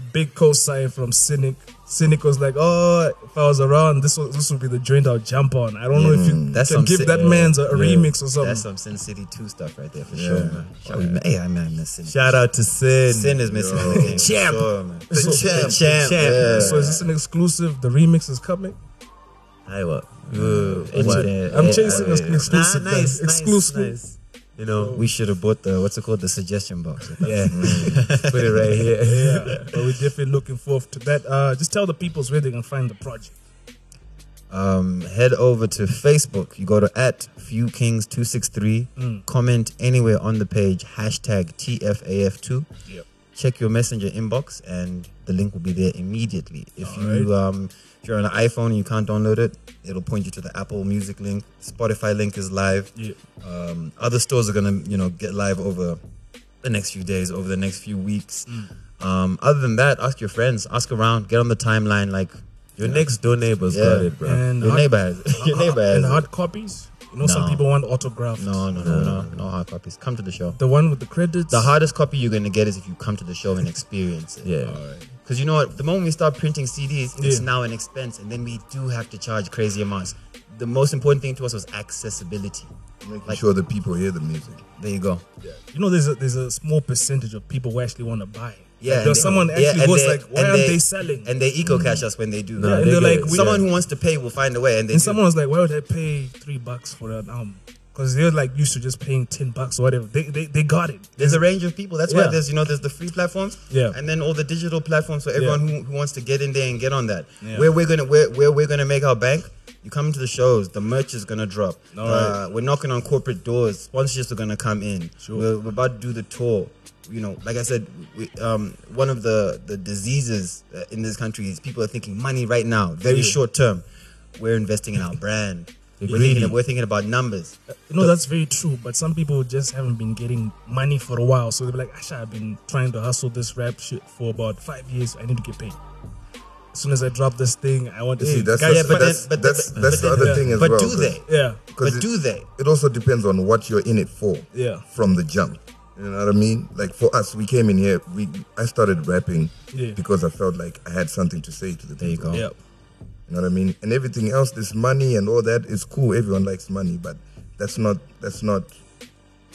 S5: a big co-sign from Cynic. Cynic was like, "Oh, if I was around, this was, this would be the joint I'll jump on." I don't know if you
S6: Mm, That's
S5: can
S6: some
S5: give
S6: sick-
S5: that
S6: yeah.
S5: man's a, a
S6: Yeah.
S5: remix or something.
S6: That's some Sin City 2 stuff right there for sure, man. Shall we, hey, I man, miss Sin.
S7: Shout out to Sin.
S6: Sin is missing in the game.
S7: Champ.
S6: For sure, man.
S7: The
S6: The champ. Yeah.
S5: So is this an exclusive? The remix is coming.
S7: Hi, what?
S5: I'm chasing this
S7: Nah,
S5: exclusive. guys.
S7: nice,
S5: exclusive.
S7: nice, nice. You know,
S6: We should have bought the, what's it called? The suggestion box. [laughs]
S7: yeah. Put it right [laughs] here.
S5: Yeah, [laughs] but we're definitely looking forward to that. Uh, just tell the peoples where they can find the project.
S6: um, head over to Facebook. You go to at Few Kings two six three.
S5: Mm.
S6: Comment anywhere on the page. Hashtag TFAF two. Check your messenger inbox, and the link will be there immediately. If you um, if you're on an iPhone and you can't download it, it'll point you to the Apple Music link. Spotify link is live. Um, other stores are gonna you know get live over the next few days, over the next few weeks.
S5: Mm.
S6: Um, other than that, ask your friends, ask around, get on the timeline. Like
S7: Your next door neighbor's
S6: Yeah.
S7: got it, bro.
S5: And
S6: your
S5: hard-
S6: neighbor has, [laughs] your neighbor has.
S5: and
S6: it.
S5: hard copies. You know, some
S6: No.
S5: people want autographs.
S6: No, no, no, no, no hard copies. Come to the show.
S5: The one with the credits.
S6: The hardest copy you're gonna get is if you come to the show and experience it.
S7: yeah.
S6: Because you know what? The moment we start printing CDs, it's
S5: Yeah.
S6: now an expense, and then we do have to charge crazy amounts. The most important thing to us was accessibility.
S1: Making
S6: Like-
S1: sure the people hear the music.
S6: There you go.
S5: you know, there's a there's a small percentage of people who actually want to buy. it.
S6: Yeah,
S5: like, there's
S6: and
S5: someone
S6: they- yeah,
S5: actually
S6: and
S5: goes
S6: they-
S5: like, why
S6: and
S5: aren't they selling? Mm. And,
S6: And they eco cash us when they do.
S7: No,
S5: and they're
S7: they
S5: like,
S7: get it.
S5: we-
S6: someone who wants to pay will find a way, and they. do.
S5: someone was like, why would I pay three bucks for an album? Because they're like used to just paying ten bucks or whatever. They they, they got it.
S6: There's a range of people. That's
S5: Yeah.
S6: why there's you know there's the free platforms,
S5: Yeah.
S6: and then all the digital platforms for everyone who, who wants to get in there and get on that.
S5: Yeah.
S6: Where we're gonna where, where we're gonna make our bank. You come to the shows, the merch is gonna drop.
S5: All
S6: Uh, We're knocking on corporate doors. Sponsorships are gonna come in.
S5: Sure.
S6: We're, we're about to do the tour. You know, like I said, we, um, one of the the diseases uh, in this country is people are thinking money right now, very short term. We're investing in our [laughs] brand. We're thinking, we're thinking about numbers.
S5: You know, that's very true. But some people just haven't been getting money for a while, so they're like, actually, I've been trying to hustle this rap shit for about five years. I need to get paid. As soon as I drop this thing, I want to
S1: See,
S5: see
S1: that's
S5: guys,
S1: that's,
S6: yeah, but
S1: that's,
S6: then- but
S1: that's,
S6: then-
S1: that's
S6: but
S1: the
S6: then-
S1: other thing as
S6: but
S1: well.
S6: do
S1: bro.
S6: they?
S5: yeah,
S1: 'Cause
S6: But
S1: it-
S6: do they?
S1: It also depends on what you're in it for.
S5: Yeah.
S1: From the jump. You know what I mean? Like for us, we came in here. We I started rapping
S5: Yeah.
S1: because I felt like I had something to say to the
S6: There you
S1: people.
S6: go.
S5: yeah.
S1: You know what I mean? And everything else, this money and all that is cool. Everyone likes money, but that's not that's not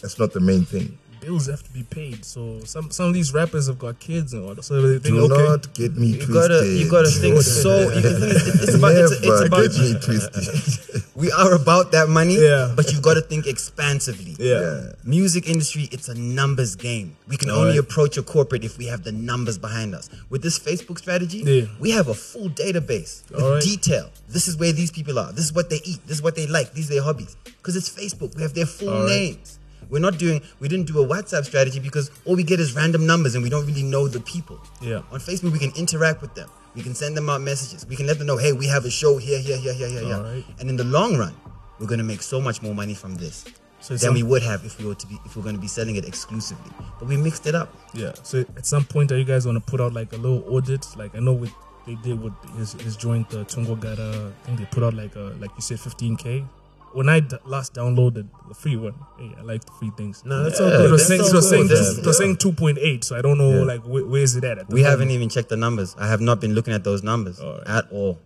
S1: that's not the main thing.
S5: bills have to be paid. So some some of these rappers have got kids and all that. So they think,
S1: Do
S5: okay,
S1: not get me
S6: You
S1: twisted.
S6: gotta, you gotta
S1: [laughs]
S6: think so. You can think it's, it's about, it's, it's
S1: Never
S6: about
S1: get me
S6: [laughs]
S1: twisted.
S6: we are about that money,
S5: Yeah.
S6: but you've got to think expansively.
S5: yeah.
S1: Yeah.
S6: Music industry, it's a numbers game. We can only approach a corporate if we have the numbers behind us. With this Facebook strategy,
S5: Yeah.
S6: we have a full database with
S5: All right.
S6: detail. This is where these people are. This is what they eat. This is what they like. These are their hobbies. Because it's Facebook. We have their full names. We're not doing. We didn't do a WhatsApp strategy because all we get is random numbers and we don't really know the people.
S5: Yeah.
S6: On Facebook, we can interact with them. We can send them out messages. We can let them know, hey, we have a show here, here, here, here, here, here.
S5: All right.
S6: And in the long run, we're gonna make so much more money from this
S5: So it's
S6: than
S5: some-
S6: we would have if we were to be if we are going to be selling it exclusively. But we mixed it up.
S5: yeah. So at some point, are you guys gonna put out like a little audit? Like I know with they did with his his joint uh, Tungo Gara. I think they put out like a like you said, 15k. When I d- last downloaded the free one, hey, I like the free things. No,
S7: that's all good.
S5: It was
S7: That's
S5: saying,
S7: all
S5: it was saying,
S7: good.
S5: it was saying 2.8, so I don't know like wh- where is it at. at the
S6: We haven't
S5: moment.
S6: even checked the numbers. I have not been looking at those numbers
S5: Alright.
S6: at all.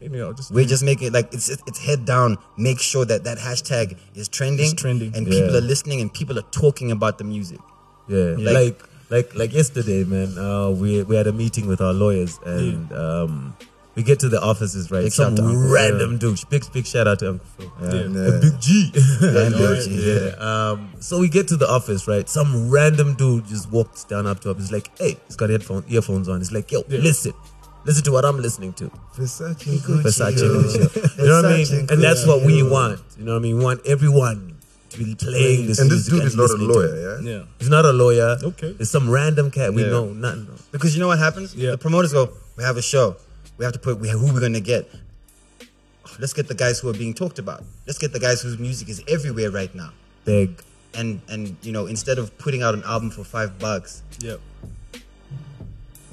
S5: You know, just
S6: We're just making it like it's it's head down. Make sure that that hashtag is trending,
S5: It's trending.
S6: and
S7: Yeah.
S6: people are listening and people are talking about the
S5: [laughs]
S6: music.
S7: Yeah,
S6: Yeah.
S7: like like like yesterday, man. Uh, we we had a meeting with our lawyers, and um,
S3: We get to the offices, right?
S6: Big
S3: Some
S6: shout to Uncle Phil.
S3: random douche. Big big shout out to Uncle Phil.
S6: Yeah.
S3: Uh, Big G.
S6: Yeah, Big G.
S3: Yeah. Um, [laughs] so we get to the office, right? Some random dude just walks down up to us. He's like, "Hey, he's got headphone earphones on." He's like, "Yo, listen, listen to what I'm listening to."
S1: Versace
S3: Versace
S1: yo. [laughs]
S3: Gucci. You know what I mean?
S1: Versace
S3: And that's
S1: Gucci,
S3: what we
S1: yo.
S3: want. You know what I mean? We want everyone to be playing this.
S1: And this
S3: music
S1: dude is not a
S3: listening to
S1: lawyer,
S3: it.
S1: yeah?
S5: Yeah.
S3: He's not a lawyer.
S5: Okay.
S3: It's some random cat we
S6: Yeah.
S3: know nothing. of.
S6: Because you know what happens?
S5: Yeah.
S6: The promoters go, we have a show. We have to put we who we're gonna get. Let's get the guys who are being talked about. Let's get the guys whose music is everywhere right now.
S3: Beg.
S6: And and you know, instead of putting out an album for five bucks,
S5: Yeah.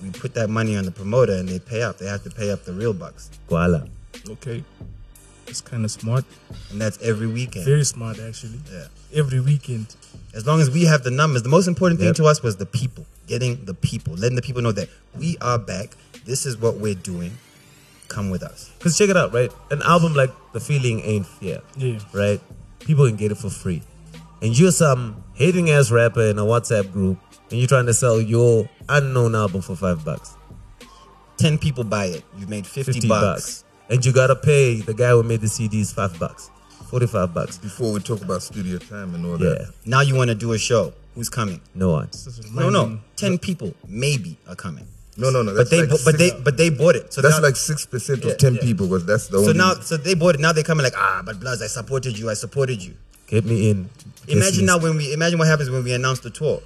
S6: we put that money on the promoter and they pay up. They have to pay up the real bucks.
S3: Koala.
S5: Okay. It's kind of smart.
S6: And that's every weekend.
S5: Very smart, actually.
S6: Yeah.
S5: Every weekend.
S6: As long as we have the numbers, the most important thing
S3: Yep.
S6: to us was the people, getting the people, letting the people know that we are back. This is what we're doing. Come with us.
S3: Because check it out, right? An album like The Feeling Ain't Fair.
S5: Yeah.
S3: Right? People can get it for free. And you're some hating ass rapper in a WhatsApp group and you're trying to sell your unknown album for five bucks,
S6: Ten people buy it. You've made fifty,
S3: 50
S6: bucks.
S3: bucks. And you gotta pay the guy who made the CDs five bucks, 45 bucks.
S1: Before we talk about studio time and all
S3: Yeah,
S1: that.
S6: Now you want to do a show. Who's coming?
S3: no one.
S5: This is
S6: No, no.
S5: reminding-
S6: Ten people maybe are coming,
S1: No, no, no.
S6: but
S1: That's
S6: they
S1: like
S6: bo-
S1: six-
S6: but they but they bought it. So
S1: that's
S6: now-
S1: like six percent of
S6: Yeah,
S1: ten
S6: yeah.
S1: people. Was that's the
S6: so
S1: only.
S6: now so they bought it. Now they're coming like ah, but Bloods, I supported you. I supported you.
S3: Get me in. Guest
S6: Imagine now
S3: list.
S6: when we imagine what happens when we announce the tour.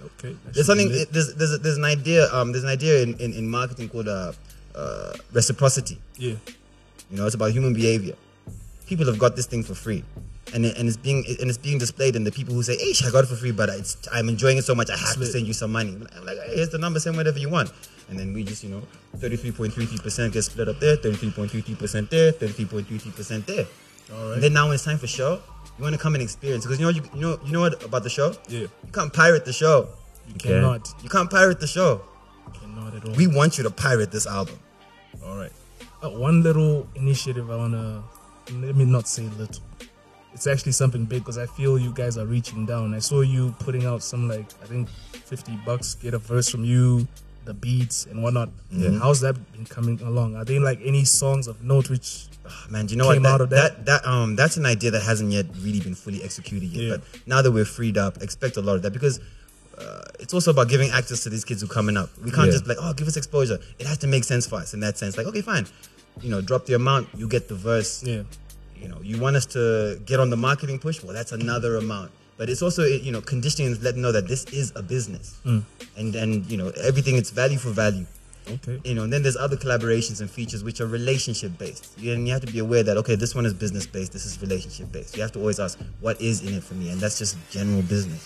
S5: Okay. that should
S6: There's something
S5: be lit.
S6: there's there's, there's an idea um there's an idea in, in, in marketing called uh, uh, reciprocity.
S5: Yeah.
S6: You know, it's about human behavior. People have got this thing for free. And, it, and it's being and it's being displayed in the people who say, "Hey, I got it for free, but it's, I'm enjoying it so much, I have to send you some money." I'm like, "Hey, here's the number, send whatever you want." And then we just, you know, 33.33% gets split up there, 33.33% there, 33.33% there.
S5: All
S6: And
S5: right.
S6: then now when it's time for show, you want to come and experience because you know you, you know you know what about the show?
S5: Yeah.
S6: You can't pirate the show.
S5: you cannot.
S6: You can't pirate the show.
S5: Cannot at all.
S6: We want you to pirate this album.
S5: All right. Uh, one little initiative I want to, let me not say little. It's actually something big because I feel you guys are reaching down. I saw you putting out some, like, I think 50 bucks, get a verse from you, the beats and whatnot.
S3: Mm-hmm.
S5: How's that been coming along? Are there, like, any songs of note which.
S6: Man, do you know
S5: Came
S6: what? That,
S5: out of that?
S6: that that um that's an idea that hasn't yet really been fully executed yet.
S5: Yeah.
S6: But now that we're freed up, expect a lot of that because uh, it's also about giving access to these kids who are coming up. We can't
S3: Yeah.
S6: just be like, oh, give us exposure. It has to make sense for us in that sense. Like, okay, fine, you know, drop the amount, you get the verse.
S5: Yeah.
S6: You know, you want us to get on the marketing push. Well, that's another amount. But it's also you know conditioning and letting know that this is a business,
S5: Mm.
S6: and and you know everything it's value for value
S5: Okay.
S6: you know, and then there's other collaborations and features which are relationship based. And you have to be aware that okay, this one is business based, this is relationship based. You have to always ask, what is in it for me? And that's just general business.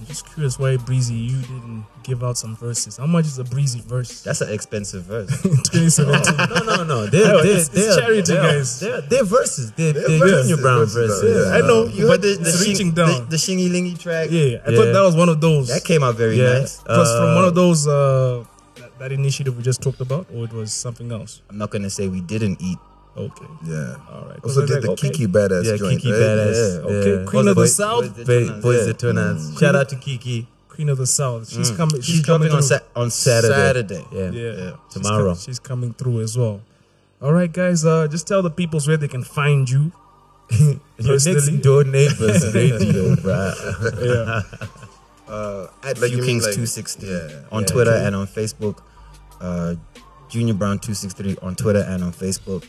S5: I'm just curious why Breezy you didn't give out some verses. How much is a Breezy verse? [laughs]
S6: That's an expensive verse.
S5: In 2017.
S3: No, no, no. They're,
S5: [laughs]
S3: they're,
S5: it's- it's
S3: they're,
S5: charity,
S3: they're,
S5: guys.
S3: They're, they're verses. They're, they're,
S1: verses,
S3: Junior Brown
S1: verses,
S3: verses.
S1: yeah.
S5: I know,
S6: You heard
S5: but
S6: the, the,
S5: it's
S6: shing-
S5: reaching
S6: the-
S5: down.
S6: the shingy lingy track.
S5: yeah, I
S3: Yeah.
S5: thought that was one of those.
S6: That came out very
S3: Yeah.
S6: nice.
S5: It was from one
S3: Uh,
S5: of those uh, that, that initiative we just talked about, or it was something else.
S6: I'm not gonna say we didn't eat.
S5: Okay.
S1: yeah.
S5: All right.
S1: Also
S5: Because I
S1: did
S5: was
S1: the
S5: like,
S1: Kiki badass
S3: Yeah,
S1: joint.
S3: Kiki
S1: right?
S3: Badass.
S1: Yeah.
S5: Okay,
S3: yeah.
S5: Queen of the
S3: Boy-
S5: South,
S6: Boys,
S3: Ba-
S6: Detonauts,
S3: Boys
S6: yeah.
S3: the Tunans. Shout out to Kiki.
S5: Queen of the South. She's coming. She's,
S6: She's
S5: coming
S6: dropping on
S5: through.
S6: Sa- on Saturday.
S3: Yeah.
S5: Yeah. She's
S3: Tomorrow.
S5: com- she's coming through as well. All right, guys. Uh, just tell the peoples where they can find you.
S3: Your
S5: Personally.
S3: next door neighbor's radio, bruh.
S5: Yeah.
S6: [laughs]
S1: Uh, at
S6: Like
S1: you
S6: you
S1: mean
S6: Kings
S1: like-
S6: two six three
S1: Yeah,
S6: on
S1: yeah.
S6: Twitter and on Facebook. Uh, Junior Brown two six three on Twitter and on Facebook.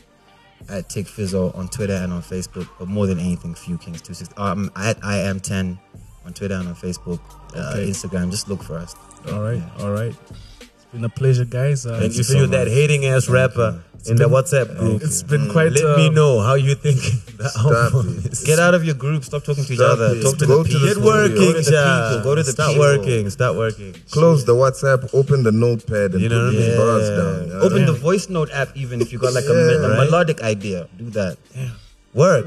S6: At Tick Fizzle on Twitter and on Facebook. But more than anything, Few Kings two six. Um, at I am ten on Twitter and on Facebook, uh,
S5: Okay.
S6: Instagram. Just look for us.
S5: all right. All right. It's been a pleasure, guys. Uh,
S3: And
S5: it's-
S3: you feel that hating ass rapper in the WhatsApp group.
S5: it's been quite.
S3: Let
S5: uh,
S3: me know Oh, how you think the album
S1: it.
S3: is.
S6: Get out of your group. Stop talking to each
S1: Stop
S6: other.
S1: it.
S6: Talk to
S1: Go to
S6: the people.
S1: the
S3: Get
S1: studio.
S3: working,
S6: Go to the
S3: Sha.
S6: people. Go to the
S3: Start
S6: people.
S3: working. Start working.
S1: Close the WhatsApp, open the notepad, and
S3: You know
S1: put
S3: what I
S1: these
S3: mean?
S1: bars down.
S6: Yeah.
S1: yeah.
S6: Open the voice note app even if you got like a, me- a
S3: right?
S6: melodic idea. Do that.
S3: Work.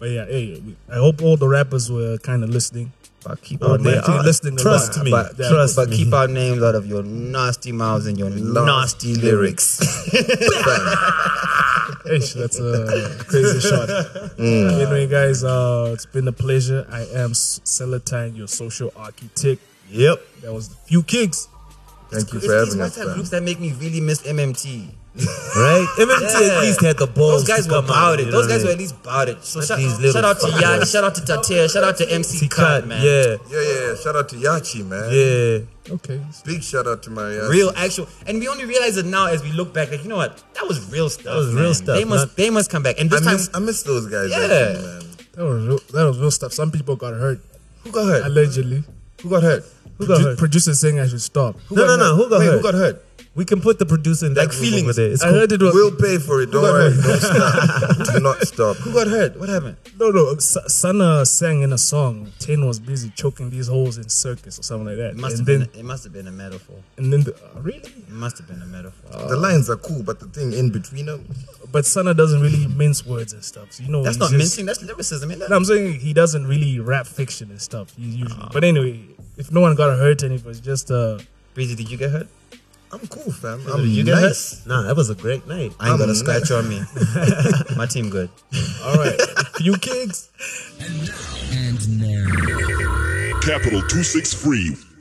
S5: But yeah, hey, we- I hope all the rappers were kind of listening.
S6: But keep
S3: Oh,
S6: on
S3: they
S6: making
S3: are.
S5: listening a
S3: Trust
S5: lot,
S3: me.
S6: But, uh,
S5: Yeah.
S3: Trust
S6: but
S5: [laughs]
S3: me.
S6: keep our names out of your nasty mouths and your nasty lyrics.
S5: Ish, that's [laughs] a crazy shot. Mm. Anyway, guys, uh, it's been a pleasure. I am S- Celatine, your social architect.
S3: Yep.
S5: That was Few Kings.
S1: Thank you
S6: It's
S1: for
S6: these
S1: having us,
S6: WhatsApp
S1: fam.
S6: groups that make me really miss MMT.
S3: Right? MMT at least had the balls
S6: Those guys
S3: to
S6: were
S3: Oh, come out,
S6: about
S3: you
S6: it.
S3: know
S6: Those
S3: what I
S6: guys
S3: mean?
S6: were at least about it. So
S3: Not
S6: shout,
S3: these little
S6: shout out to
S3: fuckers.
S6: Yanni, shout out to Tatia, shout out to MC Cut, man.
S3: yeah.
S1: Yeah, yeah. Shout out to Yachi, man.
S3: Yeah.
S5: Okay.
S1: Big shout out to Mariachi.
S6: Real actual, and we only realize it now as we look back. Like you know what, that was real stuff. That
S3: was real stuff,
S6: They must,
S3: not-
S6: they must come back. And
S1: I
S6: this time,
S1: miss, I miss those guys.
S6: Yeah.
S1: actually, man.
S5: That was real, that was real stuff. Some people got hurt
S1: Who got hurt?
S5: allegedly.
S1: Who got hurt?
S5: Who
S3: got hurt?
S5: Producers saying I should stop.
S3: No, no, no. Who got
S1: Wait,
S3: hurt?
S1: who got hurt?
S3: We can put the producer in that
S1: Like
S3: group
S1: feelings.
S3: over there. It's
S5: I
S3: cool.
S5: heard it was
S1: We'll pay for it. Don't worry. [laughs] Don't
S6: [laughs]
S1: stop. Do not stop.
S6: who got hurt? What happened?
S5: no, no. S- Sana sang in a song. Ten was busy choking these holes in circus or something like that.
S6: It must
S5: and
S6: have been.
S5: then,
S6: It must have been a metaphor.
S5: and then, the, uh, really?
S6: It must have been a metaphor.
S1: The lines are cool, but the thing in between them,
S5: But Sana doesn't really mince words and stuff. So you know,
S6: that's
S5: he's
S6: not
S5: just-
S6: mincing. That's lyricism. Ain't that?
S5: No, I'm saying he doesn't really rap fiction and stuff. u- Usually,
S6: Ah.
S5: but anyway, if no one got hurt and it was just uh,
S6: Breezy, did you get hurt?
S1: I'm cool, fam. I'm
S6: you get
S1: nice.
S3: Nah, that was a great night.
S6: I ain't got a
S1: I'm
S6: scratch on me. My team good.
S5: all right, few kicks.
S8: Capital 263